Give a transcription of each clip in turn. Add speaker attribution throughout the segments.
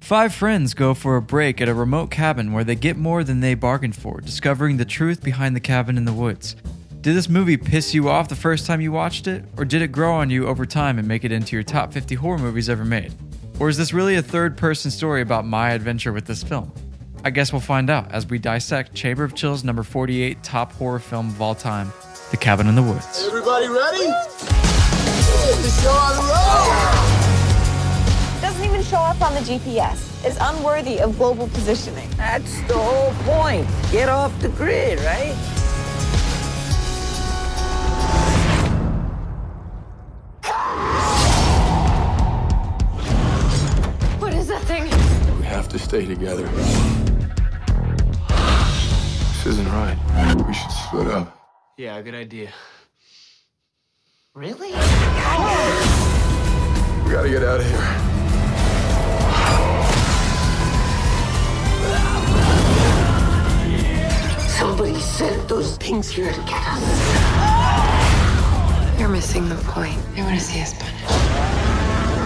Speaker 1: Five friends go for a break at a remote cabin where they get more than they bargained for, discovering the truth behind the cabin in the woods. Did this movie piss you off the first time you watched it, or did it grow on you over time and make it into your top 50 horror movies ever made? Or is this really a third person story about my adventure with this film? I guess we'll find out as we dissect Chamber of Chills number 48 top horror film of all time, The Cabin in the Woods.
Speaker 2: Everybody ready? The show on the road!
Speaker 3: Doesn't even show up on the GPS. Is unworthy of global positioning.
Speaker 4: That's the whole point. Get off the grid, right?
Speaker 5: What is that thing?
Speaker 6: We have to stay together. This isn't right. We should split up.
Speaker 7: Yeah, good idea.
Speaker 5: Really?
Speaker 6: We gotta get out of here.
Speaker 4: Somebody sent those things here to get us.
Speaker 5: You're missing the point. They want to see us punished.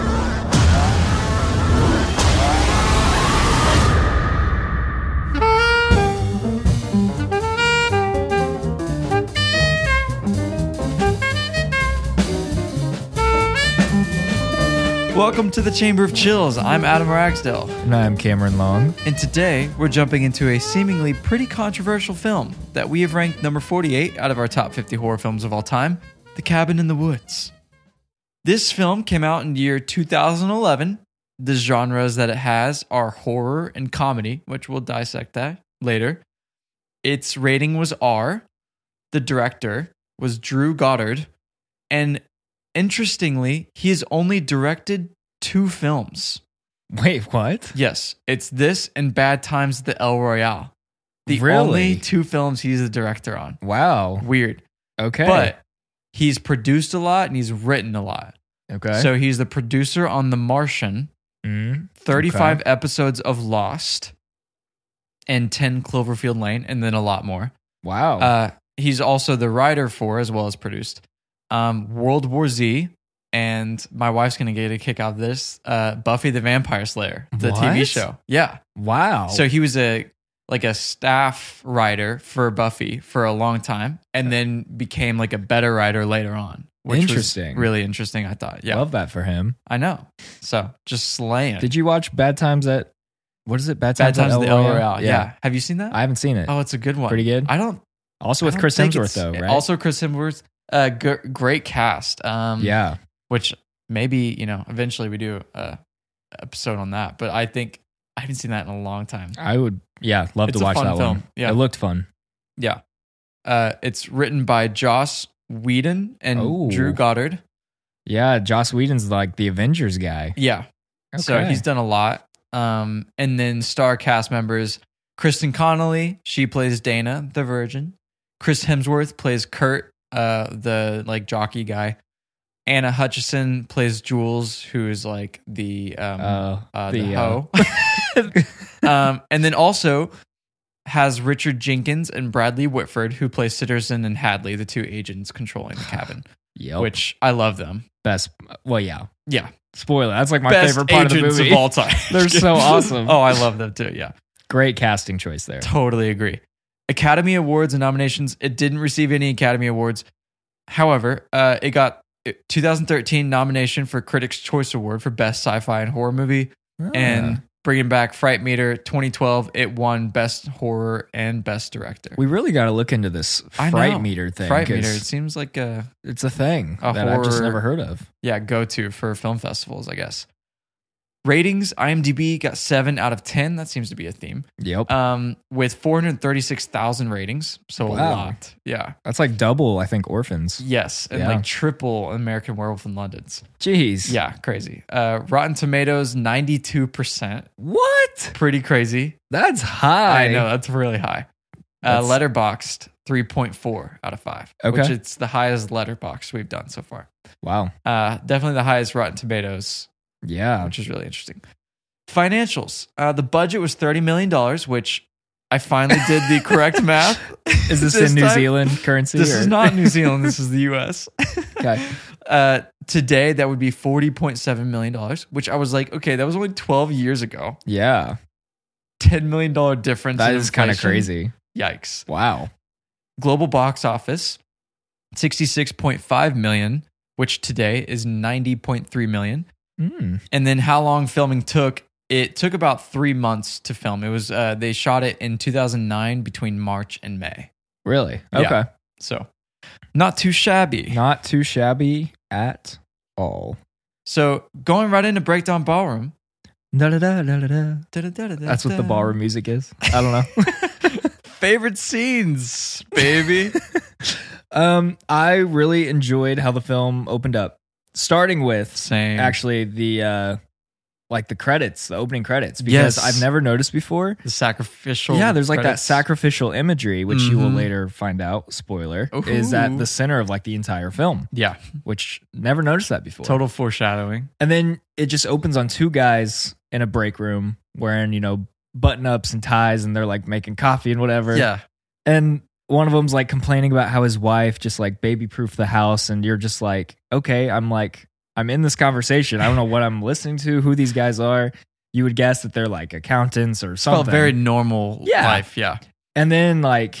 Speaker 1: Welcome to the Chamber of Chills. I'm Adam Ragsdale.
Speaker 8: And I'm Cameron Long.
Speaker 1: And today, we're jumping into a seemingly pretty controversial film that we have ranked number 48 out of our top 50 horror films of all time The Cabin in the Woods. This film came out in year 2011. The genres that it has are horror and comedy, which we'll dissect that later. Its rating was R. The director was Drew Goddard. And interestingly, he has only directed two films.
Speaker 8: Wait, what?
Speaker 1: Yes, it's this and Bad Times at the El Royale. The
Speaker 8: Really?
Speaker 1: only two films he's the director on.
Speaker 8: Wow.
Speaker 1: Weird.
Speaker 8: Okay.
Speaker 1: But he's produced a lot and he's written a lot.
Speaker 8: okay.
Speaker 1: So uh, he's the producer on The Martian,
Speaker 8: Mm,
Speaker 1: 35
Speaker 8: Okay.
Speaker 1: episodes of Lost, and 10 Cloverfield Lane, and then a lot more.
Speaker 8: wow.
Speaker 1: Uh, he's also the writer for, as well as produced, um, World War Z. And my wife's going to get a kick out of this uh, Buffy the Vampire Slayer, the TV
Speaker 8: What?
Speaker 1: show. Yeah.
Speaker 8: wow.
Speaker 1: So he was a like a staff writer for Buffy for a long time, and then became like a better writer later on. Which was
Speaker 8: Interesting.
Speaker 1: really interesting. I thought. Yeah,
Speaker 8: love that for him.
Speaker 1: I know. So just slaying.
Speaker 8: Did you watch Bad Times at what is it? Bad
Speaker 1: Bad
Speaker 8: Times,
Speaker 1: times
Speaker 8: at
Speaker 1: of the
Speaker 8: El
Speaker 1: El
Speaker 8: Royale?
Speaker 1: Royale. Yeah. Have you seen that?
Speaker 8: I haven't seen it.
Speaker 1: oh, it's a good one.
Speaker 8: Pretty good?
Speaker 1: I don't.
Speaker 8: also
Speaker 1: I
Speaker 8: with
Speaker 1: don't
Speaker 8: Chris
Speaker 1: think
Speaker 8: Hemsworth though,
Speaker 1: it's-
Speaker 8: right?
Speaker 1: Also Chris Hemsworth. Uh, g- great cast. Um,
Speaker 8: yeah.
Speaker 1: Which maybe you know eventually we do a episode on that, but I think I haven't seen that in a long time.
Speaker 8: I would. Yeah, love
Speaker 1: It's
Speaker 8: to
Speaker 1: a
Speaker 8: watch
Speaker 1: fun
Speaker 8: that
Speaker 1: film.
Speaker 8: one.
Speaker 1: Yeah.
Speaker 8: It looked fun.
Speaker 1: Yeah. Uh, it's written by Joss Whedon and
Speaker 8: Oh.
Speaker 1: Drew Goddard.
Speaker 8: Yeah, Joss Whedon's like the Avengers guy.
Speaker 1: Yeah. So
Speaker 8: Okay.
Speaker 1: he's done a lot. Um, and then star cast members Kristen Connolly, she plays Dana, the virgin. Chris Hemsworth plays Kurt, uh, the like jockey guy. Anna Hutchison plays Jules, who is like the um,
Speaker 8: Uh,
Speaker 1: uh, the,
Speaker 8: the,
Speaker 1: hoe. um, and then also has Richard Jenkins and Bradley Whitford, who play Citizen and Hadley, the two agents controlling the cabin,
Speaker 8: Yep.
Speaker 1: which I love them.
Speaker 8: best? Well, yeah.
Speaker 1: Yeah.
Speaker 8: Spoiler. That's like my
Speaker 1: Best
Speaker 8: favorite part of the
Speaker 1: agents
Speaker 8: movie.
Speaker 1: all time.
Speaker 8: They're so awesome.
Speaker 1: oh, I love them too. Yeah.
Speaker 8: Great casting choice there.
Speaker 1: Totally agree. Academy Awards and nominations. It didn't receive any Academy Awards. However, uh, it got a 2013 nomination for Critics' Choice Award for Best Sci-Fi and Horror Movie,
Speaker 8: Oh,
Speaker 1: and bringing back Fright Meter 2012, it won Best Horror and Best Director.
Speaker 8: We really got to look into this
Speaker 1: I know.
Speaker 8: fright meter thing.
Speaker 1: Fright
Speaker 8: 'cause
Speaker 1: Meter. It seems like a
Speaker 8: It's a thing
Speaker 1: A
Speaker 8: that I've just
Speaker 1: horror-
Speaker 8: never heard of.
Speaker 1: yeah go-to for film festivals, I guess. Ratings: IMDb got seven out of ten. That seems to be a theme.
Speaker 8: Yep.
Speaker 1: Um, with 436,000 ratings, so a
Speaker 8: Wow.
Speaker 1: lot. Yeah.
Speaker 8: That's like double, I think, orphans.
Speaker 1: Yes, and
Speaker 8: Yeah.
Speaker 1: like triple American Werewolf in London's.
Speaker 8: Jeez.
Speaker 1: Yeah, crazy. Uh, Rotten Tomatoes, ninety-two percent.
Speaker 8: What?
Speaker 1: Pretty crazy.
Speaker 8: That's high.
Speaker 1: I know that's really high. Uh,
Speaker 8: That's-
Speaker 1: letterboxed, three point four out of five. which
Speaker 8: Okay.
Speaker 1: it's the highest letterbox we've done so far.
Speaker 8: Wow.
Speaker 1: Uh, definitely the highest Rotten Tomatoes,
Speaker 8: Yeah.
Speaker 1: which is really interesting. Financials. Uh, the budget was thirty million dollars, which I finally did the correct math.
Speaker 8: Is this,
Speaker 1: This
Speaker 8: in New
Speaker 1: time-
Speaker 8: Zealand currency?
Speaker 1: This
Speaker 8: or-
Speaker 1: is not New Zealand. This is the U.S.
Speaker 8: Okay.
Speaker 1: Uh, Today, that would be $40.7 million, which I was like, okay, that was only 12 years ago.
Speaker 8: Yeah.
Speaker 1: $10 million difference.
Speaker 8: That
Speaker 1: in
Speaker 8: is kind of
Speaker 1: inflation.
Speaker 8: crazy.
Speaker 1: Yikes.
Speaker 8: Wow.
Speaker 1: Global box office, 66.5 million, which today is 90.3 million.
Speaker 8: Mm.
Speaker 1: and then how long filming took it took about three months to film it was uh, they shot it in 2009 between march and may
Speaker 8: Really?
Speaker 1: Yeah.
Speaker 8: Okay.
Speaker 1: so not too shabby
Speaker 8: Not too shabby at all.
Speaker 1: so going right into breakdown ballroom
Speaker 8: Da, da, da, da, da, da. That's
Speaker 1: that's
Speaker 8: what the ballroom music is. I don't know.
Speaker 1: favorite scenes baby
Speaker 8: Um, I really enjoyed how the film opened up, starting with
Speaker 1: same
Speaker 8: actually the uh, like the credits, the opening credits,
Speaker 1: Yes.
Speaker 8: because I've never noticed before.
Speaker 1: the sacrificial
Speaker 8: yeah, there's like that
Speaker 1: credits.
Speaker 8: sacrificial imagery, which you will
Speaker 1: Mhm.
Speaker 8: later find out. Spoiler is that
Speaker 1: Ooh.
Speaker 8: the center of like the entire film,
Speaker 1: yeah
Speaker 8: which never noticed that before.
Speaker 1: total foreshadowing
Speaker 8: And then it just opens on two guys in a break room wearing you know button ups and ties, and they're like making coffee and whatever
Speaker 1: yeah
Speaker 8: and one of them's like complaining about how his wife just like baby proofed the house and you're just like okay i'm like i'm in this conversation i don't know what i'm listening to who these guys are you would guess that they're like accountants or something
Speaker 1: felt very normal
Speaker 8: Yeah.
Speaker 1: life yeah
Speaker 8: and then like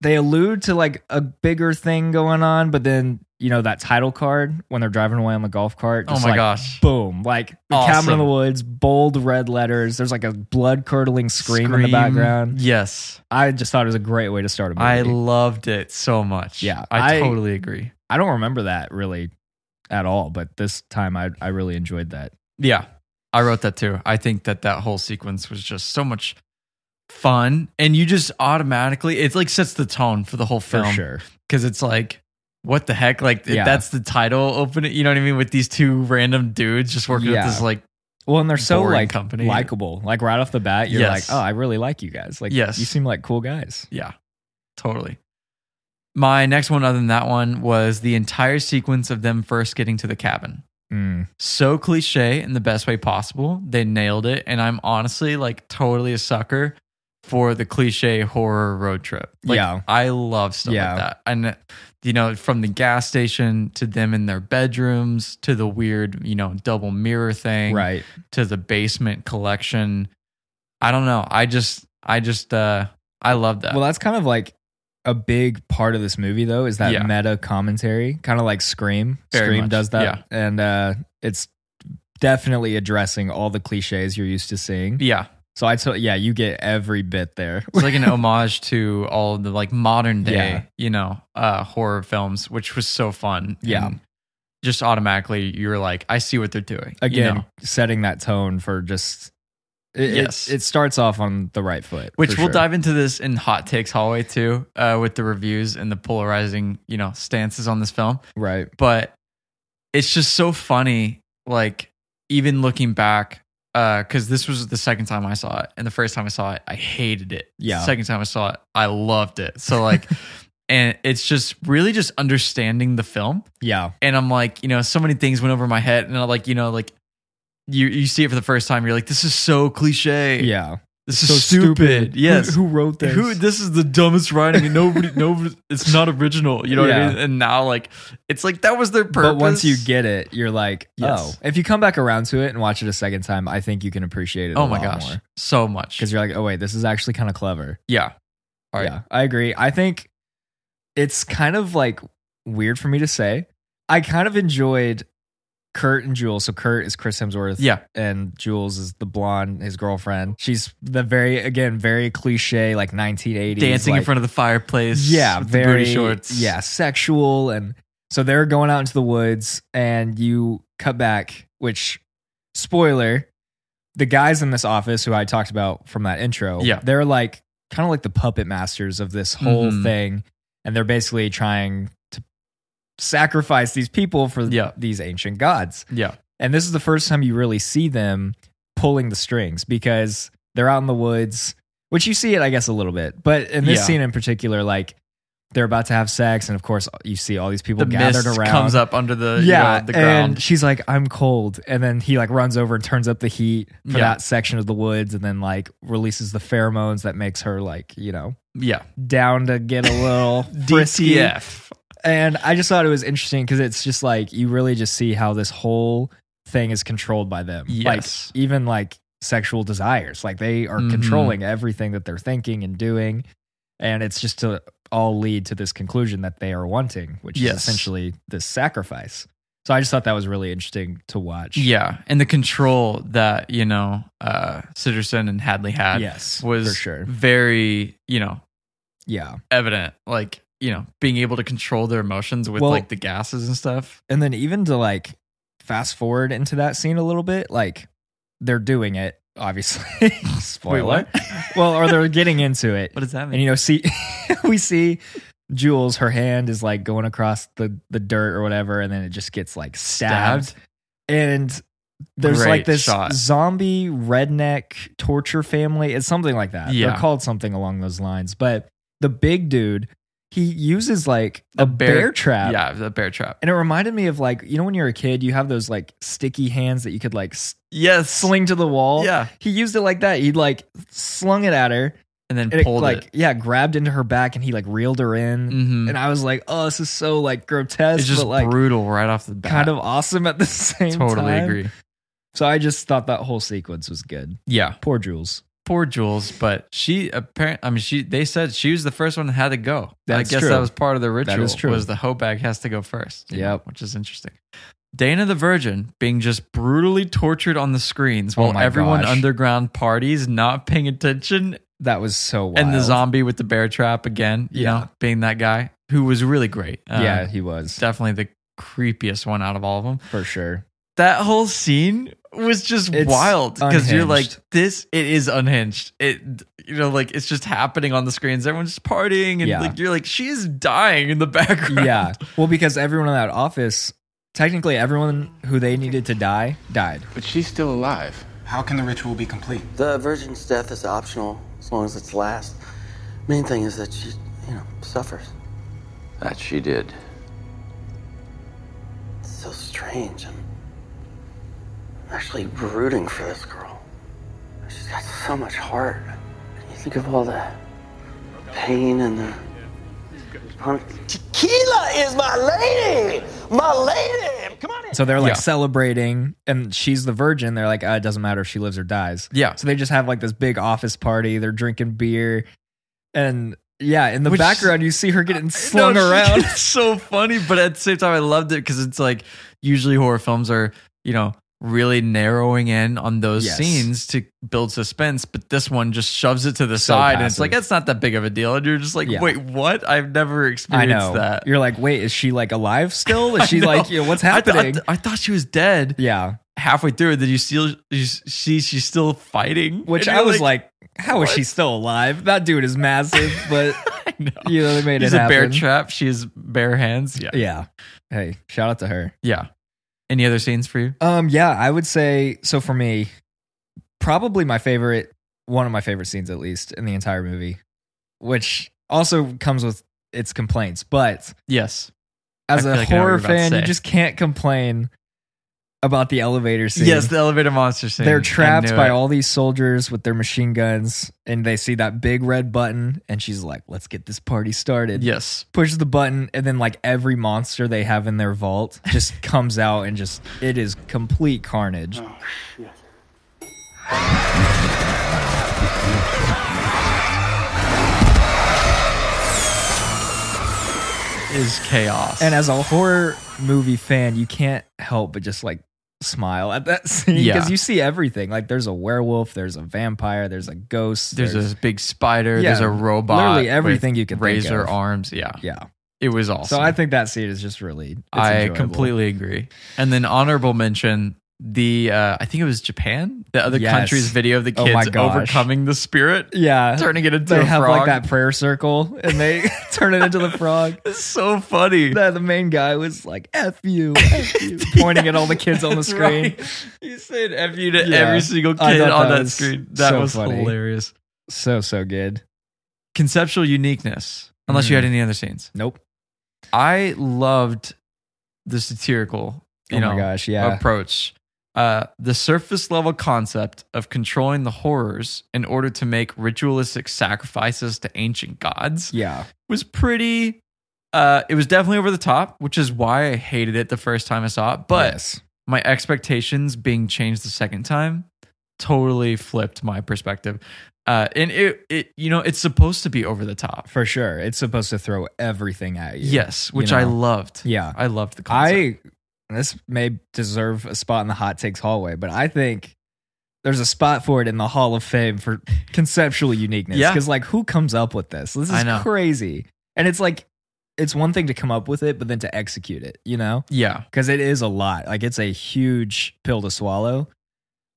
Speaker 8: they allude to like a bigger thing going on but then you know that title card when they're driving away on the golf cart
Speaker 1: oh
Speaker 8: just,
Speaker 1: my
Speaker 8: like,
Speaker 1: gosh
Speaker 8: boom like the cabin in
Speaker 1: Awesome.
Speaker 8: the woods bold red letters there's like a blood curdling scream, in the background
Speaker 1: yes
Speaker 8: i just thought it was a great way to start a movie
Speaker 1: I loved it so much.
Speaker 8: Yeah,
Speaker 1: I,
Speaker 8: I-
Speaker 1: totally agree.
Speaker 8: I don't remember that really at all, but this time I, I really enjoyed that.
Speaker 1: Yeah, I wrote that too. I think that that whole sequence was just so much fun, and you just automatically it like sets the tone for the whole
Speaker 8: For
Speaker 1: film
Speaker 8: sure.
Speaker 1: because it's like. What the heck? Like
Speaker 8: Yeah.
Speaker 1: that's the title opening. You know what I mean? With these two random dudes just working
Speaker 8: Yeah.
Speaker 1: with this like
Speaker 8: Well, and they're so
Speaker 1: Boring
Speaker 8: like
Speaker 1: company.
Speaker 8: likable. Like right off the bat, you're
Speaker 1: Yes.
Speaker 8: like, oh, I really like you guys. Like,
Speaker 1: Yes.
Speaker 8: you seem like cool guys.
Speaker 1: Yeah, totally. My next one, other than that one, was the entire sequence of them first getting to the cabin.
Speaker 8: Mm.
Speaker 1: so cliche in the best way possible. They nailed it. And I'm honestly like totally a sucker for the cliche horror road trip. Like,
Speaker 8: Yeah.
Speaker 1: I love stuff
Speaker 8: Yeah.
Speaker 1: like that. And, you know, from the gas station to them in their bedrooms to the weird, you know, double mirror thing
Speaker 8: Right.
Speaker 1: to the basement collection. I don't know. I just, I just, uh, I love that.
Speaker 8: Well, that's kind of like a big part of this movie, though, is that
Speaker 1: Yeah.
Speaker 8: meta commentary, kind of like Scream.
Speaker 1: Very
Speaker 8: Scream
Speaker 1: much,
Speaker 8: does that.
Speaker 1: yeah.
Speaker 8: And uh, it's definitely addressing all the cliches you're used to seeing.
Speaker 1: yeah.
Speaker 8: So I told, yeah, you get every bit there.
Speaker 1: It's like an homage to all the like modern day,
Speaker 8: Yeah.
Speaker 1: you know, uh, horror films, which was so fun.
Speaker 8: Yeah.
Speaker 1: And just automatically, you're like, I see what they're doing. you
Speaker 8: again
Speaker 1: know?
Speaker 8: setting that tone for just it,
Speaker 1: Yes.
Speaker 8: yes it, starts off on the right foot
Speaker 1: which
Speaker 8: for
Speaker 1: we'll
Speaker 8: sure.
Speaker 1: dive into this in Hot Takes Hallway too, uh, with the reviews and the polarizing, you know, stances on this film.
Speaker 8: right
Speaker 1: But it's just so funny, like even looking back, because this was the second time I saw it, and the first time I saw it, I hated it.
Speaker 8: Yeah.
Speaker 1: Second time I saw it, I loved it. So like. And it's just really just understanding the film.
Speaker 8: yeah
Speaker 1: and I'm like, you know, so many things went over my head, and I like, you know, like you you see it for the first time, you're like, this is so cliche,
Speaker 8: yeah
Speaker 1: this is stupid. Yes,
Speaker 8: who, who wrote this
Speaker 1: Who- this is the dumbest writing, and nobody, no, it's not original. You know what I
Speaker 8: Yeah.
Speaker 1: mean? And now, like, it's like that was their purpose.
Speaker 8: but once you get it you're like
Speaker 1: Yes.
Speaker 8: oh if you come back around to it and watch it a second time i think you can appreciate it
Speaker 1: oh my gosh, so much,
Speaker 8: because you're like oh wait this is actually kind of clever
Speaker 1: yeah, all right,
Speaker 8: Yeah, I agree. I think it's kind of like weird for me to say. I kind of enjoyed Kurt and Jules. So Kurt is Chris Hemsworth.
Speaker 1: Yeah.
Speaker 8: And Jules is the blonde, his girlfriend. She's the very, again, very cliche, like 1980s.
Speaker 1: dancing in
Speaker 8: like-
Speaker 1: front of the fireplace,
Speaker 8: Yeah.
Speaker 1: with
Speaker 8: very,
Speaker 1: the booty shorts,
Speaker 8: Yeah. Sexual. And so they're going out into the woods and you cut back, which, spoiler, the guys in this office who I talked about from that intro,
Speaker 1: Yeah.
Speaker 8: they're like kind of like the puppet masters of this whole
Speaker 1: Mhm.
Speaker 8: thing. And they're basically trying to sacrifice these people for
Speaker 1: Yeah.
Speaker 8: these ancient gods.
Speaker 1: yeah,
Speaker 8: And this is the first time you really see them pulling the strings because they're out in the woods, which you see it, I guess, a little bit. But in this
Speaker 1: Yeah.
Speaker 8: scene in particular, like they're about to have sex. And of course, you see all these people
Speaker 1: the
Speaker 8: gathered
Speaker 1: mist
Speaker 8: around.
Speaker 1: comes up under the yeah
Speaker 8: yeah.
Speaker 1: the ground.
Speaker 8: And she's like, I'm cold. And then he like runs over and turns up the heat for
Speaker 1: Yeah.
Speaker 8: that section of the woods and then like releases the pheromones that makes her like, you know,
Speaker 1: yeah,
Speaker 8: down to get a little frisky.
Speaker 1: DTF.
Speaker 8: And I just thought it was interesting because it's just like you really just see how this whole thing is controlled by them.
Speaker 1: Yes.
Speaker 8: Like even like sexual desires. Like they are
Speaker 1: Mhm.
Speaker 8: controlling everything that they're thinking and doing. And it's just to all lead to this conclusion that they are wanting, which
Speaker 1: Yes.
Speaker 8: is essentially this sacrifice. So I just thought that was really interesting to watch.
Speaker 1: Yeah, and the control that you know uh Sitterson and Hadley had
Speaker 8: Yes.
Speaker 1: was
Speaker 8: for sure.
Speaker 1: very you know
Speaker 8: Yeah.
Speaker 1: evident, like you know being able to control their emotions with
Speaker 8: Well-
Speaker 1: like the gases and stuff.
Speaker 8: and then even to like fast forward into that scene a little bit, like they're doing it, obviously. Spoiler. well, or they're getting into it.
Speaker 1: What does that
Speaker 8: And
Speaker 1: mean?
Speaker 8: you know, see we see Jules, her hand is like going across the the dirt or whatever, and then it just gets like stabbed. And there's
Speaker 1: Great
Speaker 8: like this
Speaker 1: shot.
Speaker 8: zombie redneck torture family. It's something like that.
Speaker 1: Yeah.
Speaker 8: They're called something along those lines. But the big dude, he uses like a,
Speaker 1: A
Speaker 8: bear,
Speaker 1: bear-
Speaker 8: trap.
Speaker 1: yeah, the bear trap.
Speaker 8: And it reminded me of like, you know, when you're a kid, you have those like sticky hands that you could like s-
Speaker 1: Yes,
Speaker 8: sling to the wall.
Speaker 1: Yeah,
Speaker 8: He used it like that. He like slung it at her
Speaker 1: and then
Speaker 8: and it,
Speaker 1: pulled
Speaker 8: like,
Speaker 1: it.
Speaker 8: yeah, grabbed into her back and he like reeled her in.
Speaker 1: Mhm.
Speaker 8: And I was like, oh, this is so like grotesque,
Speaker 1: It's just
Speaker 8: but like
Speaker 1: brutal right off the bat.
Speaker 8: kind of awesome at the same time.
Speaker 1: totally agree.
Speaker 8: So I just thought that whole sequence was good.
Speaker 1: Yeah,
Speaker 8: Poor Jules.
Speaker 1: poor Jules, but she apparently, I mean, she they said she was the first one that had to go.
Speaker 8: That's
Speaker 1: I guess
Speaker 8: true.
Speaker 1: that was part of the ritual.
Speaker 8: is true.
Speaker 1: Was the hoe bag has to go first. you know,
Speaker 8: Yep.
Speaker 1: which is interesting. Dana the Virgin being just brutally tortured on the screens
Speaker 8: Oh
Speaker 1: while
Speaker 8: my
Speaker 1: everyone
Speaker 8: gosh.
Speaker 1: underground parties not paying attention,
Speaker 8: That was so wild.
Speaker 1: and the zombie with the bear trap again. You
Speaker 8: Yeah.
Speaker 1: know, being that guy who was really great. Um,
Speaker 8: yeah, he was
Speaker 1: definitely the creepiest one out of all of them
Speaker 8: for sure.
Speaker 1: that whole scene was just
Speaker 8: It's
Speaker 1: wild because you're like
Speaker 8: unhinged.
Speaker 1: this it is unhinged it you know like it's just happening on the screens everyone's just partying and
Speaker 8: Yeah.
Speaker 1: like you're like she's dying in the background
Speaker 8: Yeah. Well, because everyone in that office, technically everyone who they needed to die died.
Speaker 6: But she's still alive.
Speaker 7: How can the ritual be complete?
Speaker 9: The virgin's death is optional as long as it's last. Main thing is that she, you know, suffers.
Speaker 10: That she did.
Speaker 9: It's so strange. I'm actually rooting for this girl. She's got so much heart. You think of all the pain and the.
Speaker 2: Tequila is my lady! My lady! Come on in!
Speaker 8: So they're like
Speaker 1: Yeah.
Speaker 8: celebrating, and she's the virgin. They're like, uh, it doesn't matter if she lives or dies.
Speaker 1: Yeah.
Speaker 8: So they just have like this big office party. They're drinking beer, and yeah, in the
Speaker 1: Which-
Speaker 8: background you see her getting slung
Speaker 1: No, she-
Speaker 8: around.
Speaker 1: it's so funny but at the same time i loved it because it's like usually horror films are you know really narrowing in on those
Speaker 8: Yes.
Speaker 1: scenes to build suspense but this one just shoves it to the
Speaker 8: So
Speaker 1: side and it's like
Speaker 8: passive.
Speaker 1: that's not that big of a deal and you're just like
Speaker 8: Yeah.
Speaker 1: wait what i've never
Speaker 8: I
Speaker 1: experienced
Speaker 8: know.
Speaker 1: that
Speaker 8: You're like, wait, is she like alive still? Is she
Speaker 1: know.
Speaker 8: like, you know, what's
Speaker 1: I th- I,
Speaker 8: happening?
Speaker 1: th- I thought she was dead
Speaker 8: yeah.
Speaker 1: halfway through. Then you still you s- see she's still fighting,
Speaker 8: Which
Speaker 1: And
Speaker 8: I
Speaker 1: you're
Speaker 8: was like, how is she still alive? That dude is massive, but
Speaker 1: I know.
Speaker 8: you know they made
Speaker 1: He's
Speaker 8: uh, it
Speaker 1: a
Speaker 8: happen.
Speaker 1: bear trap. She has bare hands. Yeah,
Speaker 8: Yeah. Hey, shout out to her.
Speaker 1: yeah. Any other scenes for you?
Speaker 8: Um, yeah, I would say so for me, probably my favorite, one of my favorite scenes at least in the entire movie, which also comes with its complaints. But
Speaker 1: Yes.
Speaker 8: as
Speaker 1: I
Speaker 8: a
Speaker 1: feel like I know what you're
Speaker 8: horror
Speaker 1: about to
Speaker 8: fan, you
Speaker 1: say.
Speaker 8: just can't complain about the elevator scene.
Speaker 1: Yes, the elevator monster scene.
Speaker 8: They're
Speaker 1: I
Speaker 8: trapped
Speaker 1: knew
Speaker 8: by
Speaker 1: it.
Speaker 8: all these soldiers with their machine guns, and they see that big red button, and she's like, "Let's get this party started."
Speaker 1: Yes.
Speaker 8: pushes the button and then like every monster they have in their vault just comes out and just it is complete carnage.
Speaker 1: Is chaos.
Speaker 8: And as a horror movie fan, you can't help but just like smile at that scene
Speaker 1: Yeah.
Speaker 8: because you see everything. Like there's a werewolf, there's a vampire, there's a ghost,
Speaker 1: there's a big spider.
Speaker 8: Yeah,
Speaker 1: there's a robot.
Speaker 8: literally everything
Speaker 1: with
Speaker 8: you could think
Speaker 1: Razor
Speaker 8: of.
Speaker 1: arms. Yeah.
Speaker 8: yeah.
Speaker 1: It was awesome.
Speaker 8: So I think that scene is just really it's
Speaker 1: I
Speaker 8: enjoyable.
Speaker 1: completely agree. And then honorable mention the uh, I think it was Japan, the other
Speaker 8: Yes.
Speaker 1: country's video of the
Speaker 8: Oh
Speaker 1: kids
Speaker 8: my gosh.
Speaker 1: overcoming the spirit,
Speaker 8: yeah.
Speaker 1: turning it into
Speaker 8: they
Speaker 1: a
Speaker 8: have
Speaker 1: frog.
Speaker 8: like that prayer circle and they turn it into the frog.
Speaker 1: It's so funny.
Speaker 8: The, the main guy was like "f you,", F you," pointing at all the kids on the
Speaker 1: That's
Speaker 8: screen.
Speaker 1: right. You said F you to
Speaker 8: Yeah.
Speaker 1: every single
Speaker 8: I
Speaker 1: kid
Speaker 8: thought
Speaker 1: on
Speaker 8: that
Speaker 1: that,
Speaker 8: was
Speaker 1: screen. That
Speaker 8: so
Speaker 1: was
Speaker 8: funny.
Speaker 1: hilarious.
Speaker 8: So so good.
Speaker 1: Conceptual uniqueness. Unless you
Speaker 8: Mm.
Speaker 1: had any other scenes.
Speaker 8: Nope.
Speaker 1: I loved the satirical, you
Speaker 8: oh
Speaker 1: know,
Speaker 8: my gosh, yeah.
Speaker 1: approach. Uh, the surface level concept of controlling the horrors in order to make ritualistic sacrifices to ancient gods
Speaker 8: yeah.
Speaker 1: was pretty Uh, it was definitely over the top, which is why I hated it the first time I saw it. But
Speaker 8: Yes.
Speaker 1: my expectations being changed the second time totally flipped my perspective. Uh, and it, it, you know, it's supposed to be over the top.
Speaker 8: for sure, it's supposed to throw everything at you.
Speaker 1: Yes,
Speaker 8: you
Speaker 1: which I
Speaker 8: know?
Speaker 1: loved.
Speaker 8: Yeah.
Speaker 1: I loved the concept.
Speaker 8: I this may deserve a spot in the hot takes hallway, but I think there's a spot for it in the Hall of Fame for conceptual uniqueness.
Speaker 1: Yeah.
Speaker 8: Because like who comes up with this? This
Speaker 1: I
Speaker 8: is
Speaker 1: know.
Speaker 8: crazy. And it's like it's one thing to come up with it, but then to execute it, you know?
Speaker 1: yeah,
Speaker 8: Because it is a lot. Like it's a huge pill to swallow.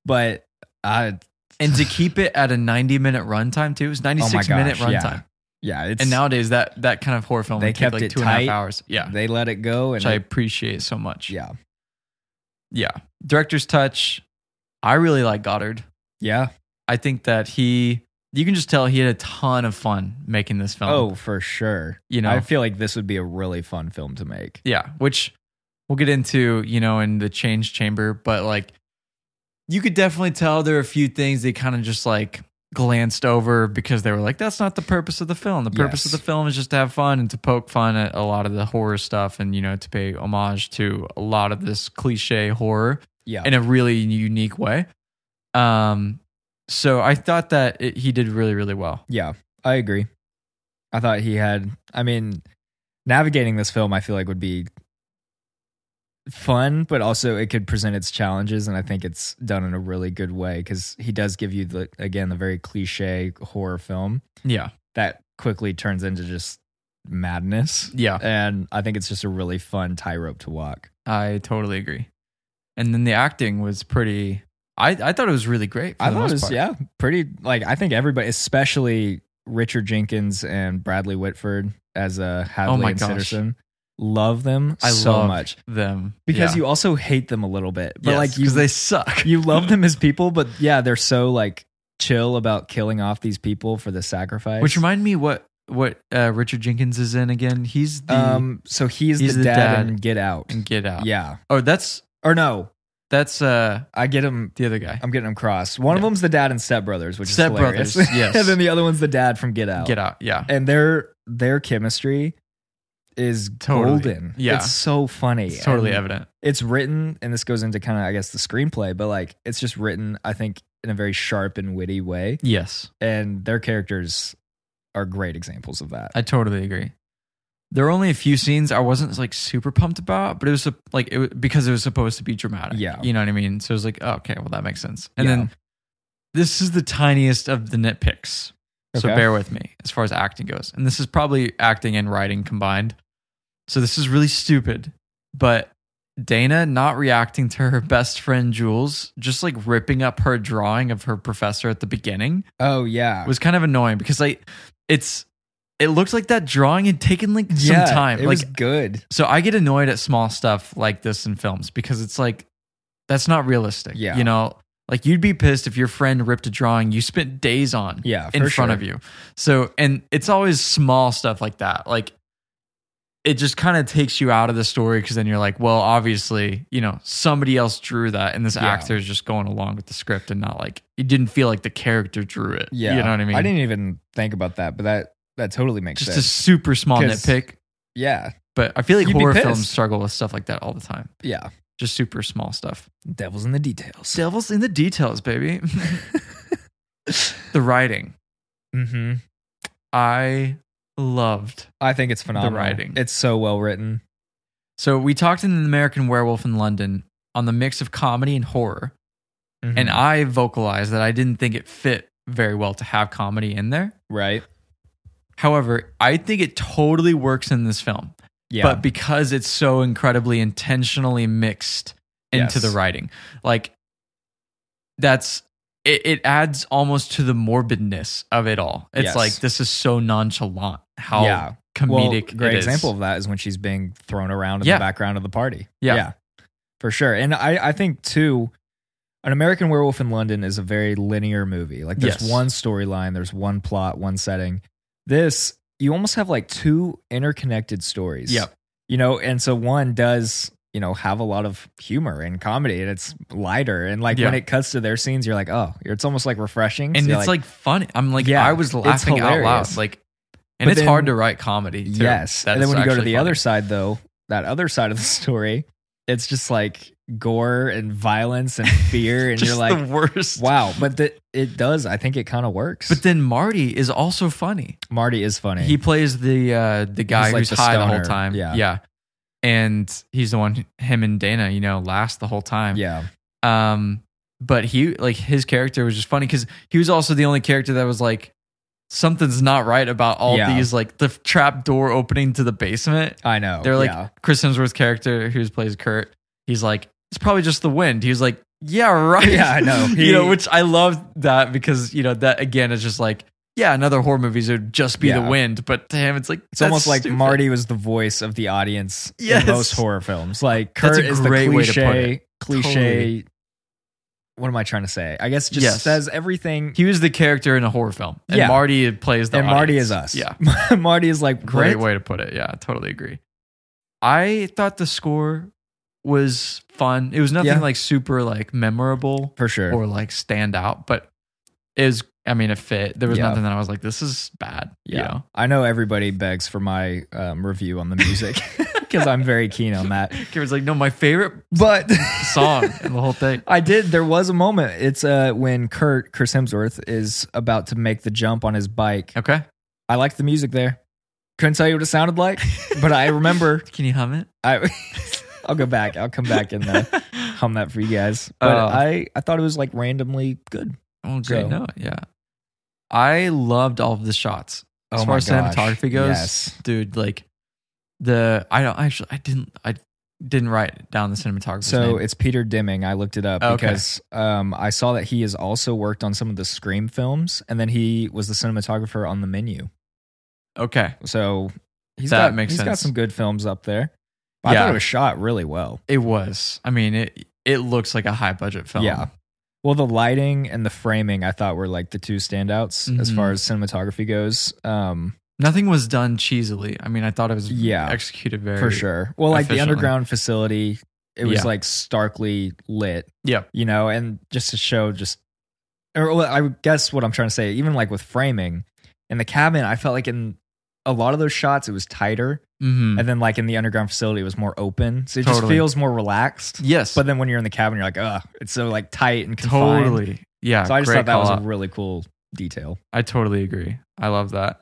Speaker 8: But I
Speaker 1: and to keep it at a 90 minute runtime too, it was 96 minute
Speaker 8: Oh gosh, yeah.
Speaker 1: runtime.
Speaker 8: yeah, it's
Speaker 1: And nowadays, that that kind of horror film
Speaker 8: They
Speaker 1: would take,
Speaker 8: kept
Speaker 1: like
Speaker 8: it
Speaker 1: two and a half
Speaker 8: tight.
Speaker 1: hours. Yeah,
Speaker 8: they let it go and
Speaker 1: which I
Speaker 8: it-
Speaker 1: appreciate so much.
Speaker 8: yeah.
Speaker 1: yeah. Director's touch. I really like Goddard.
Speaker 8: Yeah.
Speaker 1: I think that he, you can just tell he had a ton of fun making this film.
Speaker 8: Oh, for sure.
Speaker 1: You know?
Speaker 8: I feel like this would be a really fun film to make.
Speaker 1: yeah, which we'll get into, you know, in the change chamber, but like you could definitely tell there are a few things they kind of just like glanced over because they were like, that's not the purpose of the film. The purpose
Speaker 8: Yes.
Speaker 1: of the film is just to have fun and to poke fun at a lot of the horror stuff and, you know, to pay homage to a lot of this cliche horror.
Speaker 8: Yeah.
Speaker 1: in a really unique way. Um, so I thought that it, he did really, really well.
Speaker 8: Yeah, I agree. I thought he had. I mean, navigating this film, I feel like would be fun, but also it could present its challenges, and I think it's done in a really good way because he does give you the again the very cliche horror film
Speaker 1: Yeah,
Speaker 8: that quickly turns into just madness,
Speaker 1: yeah,
Speaker 8: and I think it's just a really fun tightrope to walk.
Speaker 1: I totally agree. And then the acting was pretty. I I thought it was really great. for
Speaker 8: I
Speaker 1: the
Speaker 8: thought
Speaker 1: most
Speaker 8: it was
Speaker 1: part.
Speaker 8: yeah pretty like I think everybody, especially Richard Jenkins and Bradley Whitford as uh, Hadley
Speaker 1: Oh my
Speaker 8: and
Speaker 1: gosh.
Speaker 8: Sitterson. Love them
Speaker 1: I
Speaker 8: so
Speaker 1: love
Speaker 8: much
Speaker 1: them
Speaker 8: because
Speaker 1: Yeah.
Speaker 8: you also hate them a little bit, but
Speaker 1: Yes,
Speaker 8: like
Speaker 1: 'cause
Speaker 8: you
Speaker 1: they suck.
Speaker 8: you love them as people, but yeah, they're so like chill about killing off these people for the sacrifice.
Speaker 1: Which remind me what what uh, Richard Jenkins is in again. He's the
Speaker 8: um, so he's,
Speaker 1: he's the
Speaker 8: the, dad,
Speaker 1: dad.
Speaker 8: and Get Out.
Speaker 1: in Get Out.
Speaker 8: Yeah,
Speaker 1: Oh, that's
Speaker 8: or no,
Speaker 1: that's uh
Speaker 8: I get him.
Speaker 1: the other guy.
Speaker 8: I'm getting them crossed. One of
Speaker 1: Yeah.
Speaker 8: them's the dad and Step Brothers, which
Speaker 1: Step
Speaker 8: is hilarious.
Speaker 1: Brothers, yes.
Speaker 8: and then the other one's the dad from Get Out.
Speaker 1: Get Out. Yeah.
Speaker 8: and their their chemistry is
Speaker 1: Totally.
Speaker 8: golden.
Speaker 1: Yeah.
Speaker 8: it's so funny.
Speaker 1: It's totally
Speaker 8: And-
Speaker 1: evident.
Speaker 8: it's written and this goes into kind of i guess the screenplay but like it's just written i think in a very sharp and witty way
Speaker 1: Yes.
Speaker 8: and their characters are great examples of that
Speaker 1: I totally agree. There were only a few scenes I wasn't like super pumped about, but it was sup- like it was, because it was supposed to be dramatic.
Speaker 8: Yeah.
Speaker 1: you know what I mean. So it was like, oh, okay, well that makes sense. And
Speaker 8: Yeah.
Speaker 1: then this is the tiniest of the nitpicks, so
Speaker 8: Okay.
Speaker 1: bear with me as far as acting goes. And this is probably acting and writing combined. So this is really stupid, but Dana not reacting to her best friend Jules, just like ripping up her drawing of her professor at the beginning
Speaker 8: oh yeah
Speaker 1: was kind of annoying because like it's it looked like that drawing had taken like some
Speaker 8: yeah,
Speaker 1: time.
Speaker 8: it
Speaker 1: Like
Speaker 8: was good
Speaker 1: so I get annoyed at small stuff like this in films because it's like that's not realistic.
Speaker 8: Yeah.
Speaker 1: You know, like you'd be pissed if your friend ripped a drawing you spent days on
Speaker 8: yeah
Speaker 1: in
Speaker 8: for
Speaker 1: front
Speaker 8: sure.
Speaker 1: of you. So and it's always small stuff like that. Like it just kind of takes you out of the story because then you're like, well, obviously, you know, somebody else drew that, and this
Speaker 8: Yeah.
Speaker 1: actor is just going along with the script and not like it didn't feel like the character drew it.
Speaker 8: yeah
Speaker 1: you know what I mean.
Speaker 8: i didn't even think about that but that that totally makes
Speaker 1: just
Speaker 8: sense
Speaker 1: a super small
Speaker 8: 'Cause-
Speaker 1: nitpick.
Speaker 8: yeah
Speaker 1: But I feel like
Speaker 8: You'd be
Speaker 1: horror
Speaker 8: pissed.
Speaker 1: films struggle with stuff like that all the time.
Speaker 8: yeah
Speaker 1: Just super small stuff.
Speaker 8: devil's in the details
Speaker 1: Devil's in the details, baby. the writing.
Speaker 8: mm-hmm.
Speaker 1: I loved.
Speaker 8: i think it's phenomenal
Speaker 1: writing.
Speaker 8: it's so well written
Speaker 1: So we talked in American Werewolf in London on the mix of comedy and horror.
Speaker 8: Mhm.
Speaker 1: And I vocalized that I didn't think it fit very well to have comedy in there.
Speaker 8: right
Speaker 1: However, I think it totally works in this film.
Speaker 8: yeah
Speaker 1: but because it's so incredibly intentionally mixed into
Speaker 8: Yes.
Speaker 1: the writing like that's it, it adds almost to the morbidness of it all it's
Speaker 8: Yes.
Speaker 1: like this is so nonchalant how
Speaker 8: yeah Well,
Speaker 1: comedic
Speaker 8: great
Speaker 1: it is.
Speaker 8: example of that is when she's being thrown around in
Speaker 1: Yeah.
Speaker 8: the background of the party.
Speaker 1: Yeah.
Speaker 8: for sure. And I, I think too, an American Werewolf in London is a very linear movie. Like there's
Speaker 1: Yes.
Speaker 8: one storyline, there's one plot, one setting. This you almost have like two interconnected stories.
Speaker 1: Yep.
Speaker 8: You know, and so one does you know have a lot of humor and comedy, and it's lighter. And like when
Speaker 1: Yeah.
Speaker 8: it cuts to their scenes, you're like, oh, it's almost like refreshing.
Speaker 1: and
Speaker 8: So you're
Speaker 1: it's like, funny i'm like
Speaker 8: Yeah,
Speaker 1: i was
Speaker 8: it's
Speaker 1: laughing out loud
Speaker 8: hilarious.
Speaker 1: like and
Speaker 8: But
Speaker 1: it's
Speaker 8: then-
Speaker 1: hard to write comedy. Too.
Speaker 8: Yes.
Speaker 1: That's
Speaker 8: and then when you go to
Speaker 1: actually
Speaker 8: the
Speaker 1: funny.
Speaker 8: other side, though, that other side of the story, it's just like gore and violence and fear. And you're
Speaker 1: Just
Speaker 8: like,
Speaker 1: the worst.
Speaker 8: wow. But the, it does. I think it kind of works.
Speaker 1: But then Marty is also funny.
Speaker 8: Marty is funny.
Speaker 1: He plays the uh, the guy
Speaker 8: He's like
Speaker 1: who's
Speaker 8: the
Speaker 1: high the whole
Speaker 8: stoner.
Speaker 1: time.
Speaker 8: Yeah.
Speaker 1: yeah, and he's the one. Him and Dana, you know, last the whole time.
Speaker 8: yeah.
Speaker 1: Um, but he like his character was just funny because he was also the only character that was like something's not right about all
Speaker 8: Yeah.
Speaker 1: these like the trap door opening to the basement.
Speaker 8: I know.
Speaker 1: They're like
Speaker 8: Oh, yeah.
Speaker 1: Chris Hemsworth's character who plays Kurt. He's like it's probably just the wind. He was like yeah right
Speaker 8: Yeah, I know.
Speaker 1: you know
Speaker 8: He-
Speaker 1: which I love that because you know that again is just like. Yeah, another horror movies it would just be
Speaker 8: Yeah.
Speaker 1: the wind, but to him it's like
Speaker 8: It's almost like
Speaker 1: stupid.
Speaker 8: Marty was the voice of the audience
Speaker 1: Yes.
Speaker 8: in most horror films. Like
Speaker 1: That's
Speaker 8: Kurt
Speaker 1: a
Speaker 8: is the
Speaker 1: great way to put
Speaker 8: cliche,
Speaker 1: it.
Speaker 8: cliche.
Speaker 1: Totally.
Speaker 8: What am I trying to say? I guess just
Speaker 1: Yes.
Speaker 8: says everything.
Speaker 1: He was the character in a horror film, and
Speaker 8: Yeah.
Speaker 1: Marty plays the
Speaker 8: and Marty
Speaker 1: audience.
Speaker 8: is us.
Speaker 1: Yeah,
Speaker 8: Marty is like
Speaker 1: Great
Speaker 8: what?
Speaker 1: way to put it. Yeah, I totally agree. I thought the score was fun. It was nothing
Speaker 8: Yeah.
Speaker 1: like super like memorable
Speaker 8: for sure.
Speaker 1: or like stand out, but it was I mean it fit. There was
Speaker 8: Yeah.
Speaker 1: nothing that I was like, this is bad. you
Speaker 8: Yeah.
Speaker 1: know?
Speaker 8: I know everybody begs for my um, review on the music because I'm very keen on that.
Speaker 1: Kieran's like, no, my favorite
Speaker 8: But
Speaker 1: song in the whole thing.
Speaker 8: I did. There was a moment. It's uh, when Kurt, Chris Hemsworth, is about to make the jump on his bike.
Speaker 1: Okay.
Speaker 8: I liked the music there. Couldn't tell you what it sounded like, but I remember.
Speaker 1: Can you hum it?
Speaker 8: I, I'll go back. I'll come back and uh, hum that for you guys. But
Speaker 1: Oh.
Speaker 8: I, I thought it was like randomly good.
Speaker 1: Oh great.
Speaker 8: So-
Speaker 1: No, yeah. I loved all of the shots. As
Speaker 8: Oh
Speaker 1: far
Speaker 8: my
Speaker 1: as
Speaker 8: gosh.
Speaker 1: cinematography goes,
Speaker 8: Yes.
Speaker 1: dude, like the I don't actually I didn't I didn't write down the cinematography.
Speaker 8: So it's Peter Dimming. I looked it up
Speaker 1: Oh, Okay.
Speaker 8: because um, I saw that he has also worked on some of the Scream films, and then he was the cinematographer on The Menu.
Speaker 1: okay.
Speaker 8: So he's
Speaker 1: That
Speaker 8: got
Speaker 1: makes
Speaker 8: he's got
Speaker 1: sense.
Speaker 8: some good films up there. I
Speaker 1: Yeah.
Speaker 8: thought it was shot really well.
Speaker 1: It was. I mean, it it looks like a high budget film.
Speaker 8: Yeah. Well, the lighting and the framing I thought were like the two standouts as
Speaker 1: Mhm.
Speaker 8: far as cinematography goes. Um,
Speaker 1: Nothing was done cheesily. I mean, I thought it was
Speaker 8: Yeah.
Speaker 1: executed very
Speaker 8: for sure. Well, like the
Speaker 1: efficiently.
Speaker 8: underground facility, it was
Speaker 1: Yeah.
Speaker 8: like starkly lit,
Speaker 1: Yeah.
Speaker 8: you know, and just to show just, or well, I would guess what I'm trying to say, even like with framing in the cabin, I felt like in a lot of those shots, it was tighter.
Speaker 1: Mhm.
Speaker 8: And then like in the underground facility, it was more open. So it just
Speaker 1: Totally.
Speaker 8: feels more relaxed.
Speaker 1: Yes.
Speaker 8: But then when you're in the cabin, you're like, ugh, it's so like tight and confined.
Speaker 1: totally. Yeah.
Speaker 8: So I just
Speaker 1: great
Speaker 8: thought that
Speaker 1: call
Speaker 8: was
Speaker 1: out.
Speaker 8: a really cool detail.
Speaker 1: I totally agree. I love that.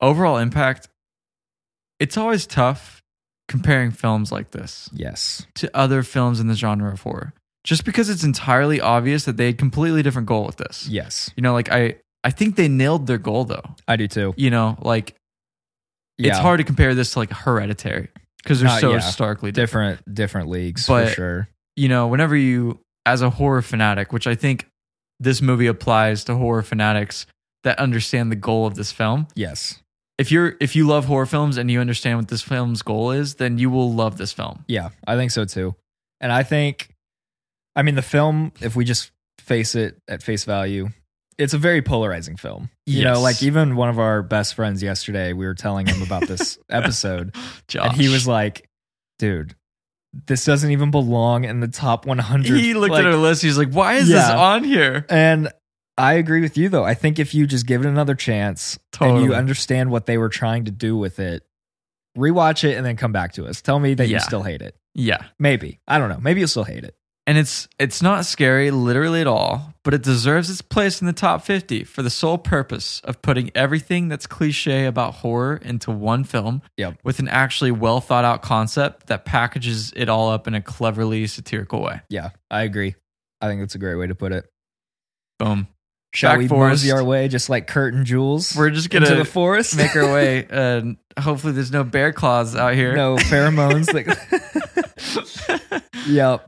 Speaker 1: Overall impact. It's always tough comparing films like this
Speaker 8: Yes.
Speaker 1: to other films in the genre of horror, just because it's entirely obvious that they had completely different goal with this.
Speaker 8: Yes.
Speaker 1: You know, like I I think they nailed their goal though.
Speaker 8: I do too.
Speaker 1: You know, like
Speaker 8: Yeah.
Speaker 1: it's hard to compare this to like Hereditary because they're
Speaker 8: Uh,
Speaker 1: so
Speaker 8: yeah.
Speaker 1: starkly different.
Speaker 8: Different different leagues
Speaker 1: But-
Speaker 8: for sure.
Speaker 1: You know, whenever you, as a horror fanatic, which I think this movie applies to horror fanatics that understand the goal of this film.
Speaker 8: Yes.
Speaker 1: If you're if you love horror films and you understand what this film's goal is, then you will love this film.
Speaker 8: Yeah, I think so too. And I think I mean the film, if we just face it at face value, it's a very polarizing film. You know,
Speaker 1: Yes.
Speaker 8: like even one of our best friends yesterday, we were telling him about this episode.
Speaker 1: Josh.
Speaker 8: And he was like, dude, this doesn't even belong in the top 100.
Speaker 1: he looked at
Speaker 8: Like,
Speaker 1: our list. He's like, "Why is this
Speaker 8: Yeah.
Speaker 1: on here?"
Speaker 8: And I agree with you, though. I think if you just give it another chance and
Speaker 1: Totally.
Speaker 8: you understand what they were trying to do with it, rewatch it and then come back to us. Tell me that
Speaker 1: Yeah.
Speaker 8: you still hate it.
Speaker 1: Yeah,
Speaker 8: Maybe. I don't know. Maybe you'll still hate it.
Speaker 1: and it's it's not scary literally at all, but it deserves its place in the top 50 for the sole purpose of putting everything that's cliche about horror into one film
Speaker 8: Yep.
Speaker 1: with an actually well thought out concept that packages it all up in a cleverly satirical way.
Speaker 8: Yeah, I agree. I think that's a great way to put it.
Speaker 1: Boom.
Speaker 8: Shall
Speaker 1: Back
Speaker 8: we
Speaker 1: forest.
Speaker 8: mosey our way just like Kurt and Jules?
Speaker 1: We're just
Speaker 8: into
Speaker 1: gonna
Speaker 8: the forest.
Speaker 1: Make our way, and hopefully there's no bear claws out here.
Speaker 8: no pheromones. that- yep.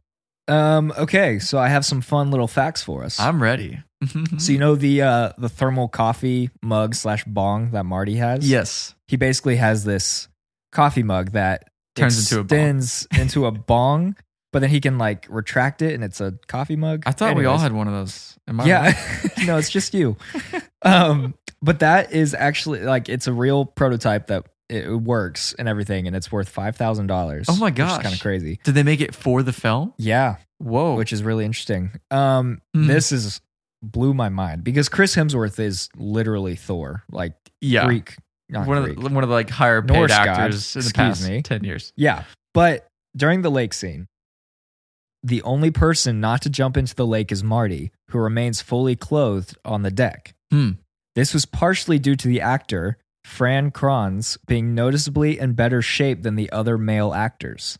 Speaker 8: Um, okay, so I have some fun little facts for us.
Speaker 1: I'm ready.
Speaker 8: so you know the uh, the thermal coffee mug slash bong that Marty has.
Speaker 1: yes,
Speaker 8: he basically has this coffee mug that
Speaker 1: Turns into a bong.
Speaker 8: extends into a bong, but then he can like retract it and it's a coffee mug.
Speaker 1: I thought we all
Speaker 8: Anyways.
Speaker 1: had one of those. Am I wrong?
Speaker 8: yeah, no, it's just you. um, but that is actually like it's a real prototype that it works and everything, and it's worth five thousand dollars.
Speaker 1: Oh my gosh.
Speaker 8: kind of crazy.
Speaker 1: Did they make it for the film?
Speaker 8: Yeah,
Speaker 1: Whoa.
Speaker 8: which is really interesting. Um,
Speaker 1: Hmm.
Speaker 8: This is blew my mind because Chris Hemsworth is literally Thor, like
Speaker 1: yeah.
Speaker 8: Greek not
Speaker 1: one
Speaker 8: Greek.
Speaker 1: of the, one of the like higher paid
Speaker 8: Norse god.
Speaker 1: actors in the
Speaker 8: Excuse
Speaker 1: past
Speaker 8: me.
Speaker 1: ten years.
Speaker 8: Yeah. But during the lake scene, the only person not to jump into the lake is Marty, who remains fully clothed on the deck.
Speaker 1: Hmm.
Speaker 8: This was partially due to the actor, Fran Kranz, being noticeably in better shape than the other male actors.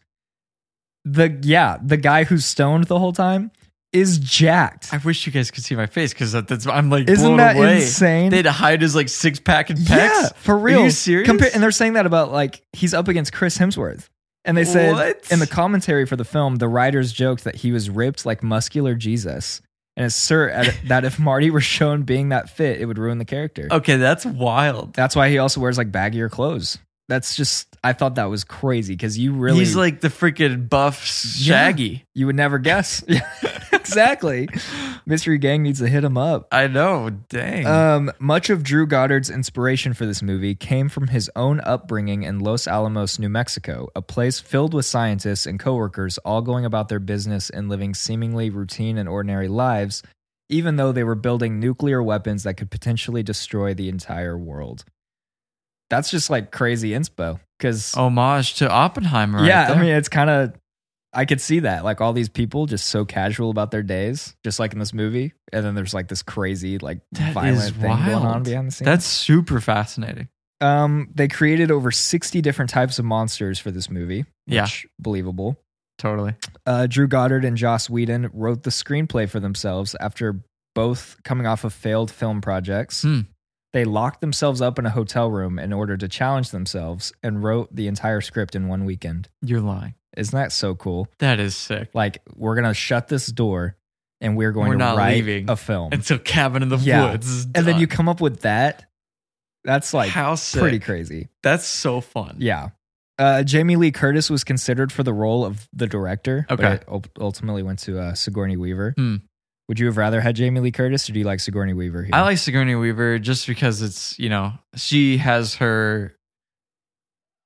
Speaker 8: The yeah, the guy who's stoned the whole time is jacked.
Speaker 1: I wish you guys could see my face because that, that's I'm like
Speaker 8: Isn't
Speaker 1: blown
Speaker 8: that
Speaker 1: away.
Speaker 8: insane?
Speaker 1: They'd hide his like six pack and pecs.
Speaker 8: Yeah, for real.
Speaker 1: Are you serious?
Speaker 8: Compa- and they're saying that about like he's up against Chris Hemsworth. And they said
Speaker 1: What?
Speaker 8: in the commentary for the film, the writers joked that he was ripped like muscular Jesus, and assert at- that if Marty were shown being that fit, it would ruin the character.
Speaker 1: okay, that's wild.
Speaker 8: That's why he also wears like baggier clothes. That's just I thought that was crazy because you really
Speaker 1: He's like the freaking buff Shaggy.
Speaker 8: you would never guess. exactly. Mystery Gang needs to hit him up.
Speaker 1: I know. Dang.
Speaker 8: Um, much of Drew Goddard's inspiration for this movie came from his own upbringing in Los Alamos, New Mexico, a place filled with scientists and coworkers all going about their business and living seemingly routine and ordinary lives, even though they were building nuclear weapons that could potentially destroy the entire world. That's just like crazy inspo because
Speaker 1: Homage to Oppenheimer. right
Speaker 8: yeah, I
Speaker 1: there.
Speaker 8: mean, it's kind of. I could see that, like all these people just so casual about their days, just like in this movie, and then there's like this crazy, like
Speaker 1: That is
Speaker 8: violent thing going on
Speaker 1: wild.
Speaker 8: behind the scenes.
Speaker 1: that's super fascinating.
Speaker 8: um, they created over sixty different types of monsters for this movie.
Speaker 1: Yeah.
Speaker 8: which, believable.
Speaker 1: Totally.
Speaker 8: Uh, Drew Goddard and Joss Whedon wrote the screenplay for themselves after both coming off of failed film projects.
Speaker 1: Hmm.
Speaker 8: They locked themselves up in a hotel room in order to challenge themselves and wrote the entire script in one weekend.
Speaker 1: You're lying.
Speaker 8: Isn't that so cool?
Speaker 1: That is sick.
Speaker 8: like we're gonna shut this door and we're going
Speaker 1: We're
Speaker 8: to
Speaker 1: not
Speaker 8: write
Speaker 1: leaving.
Speaker 8: a film
Speaker 1: Until Cabin in the
Speaker 8: Um, Yeah.
Speaker 1: Woods. is
Speaker 8: and then
Speaker 1: done.
Speaker 8: you come up with that that's like
Speaker 1: How sick.
Speaker 8: pretty crazy
Speaker 1: That's so fun.
Speaker 8: yeah uh, jamie lee curtis was considered for the role of the director
Speaker 1: Okay.
Speaker 8: but it ul- ultimately went to uh, sigourney weaver
Speaker 1: Hmm.
Speaker 8: would you have rather had jamie lee curtis or do you like sigourney weaver here
Speaker 1: I like Sigourney Weaver just because it's, you know, she has her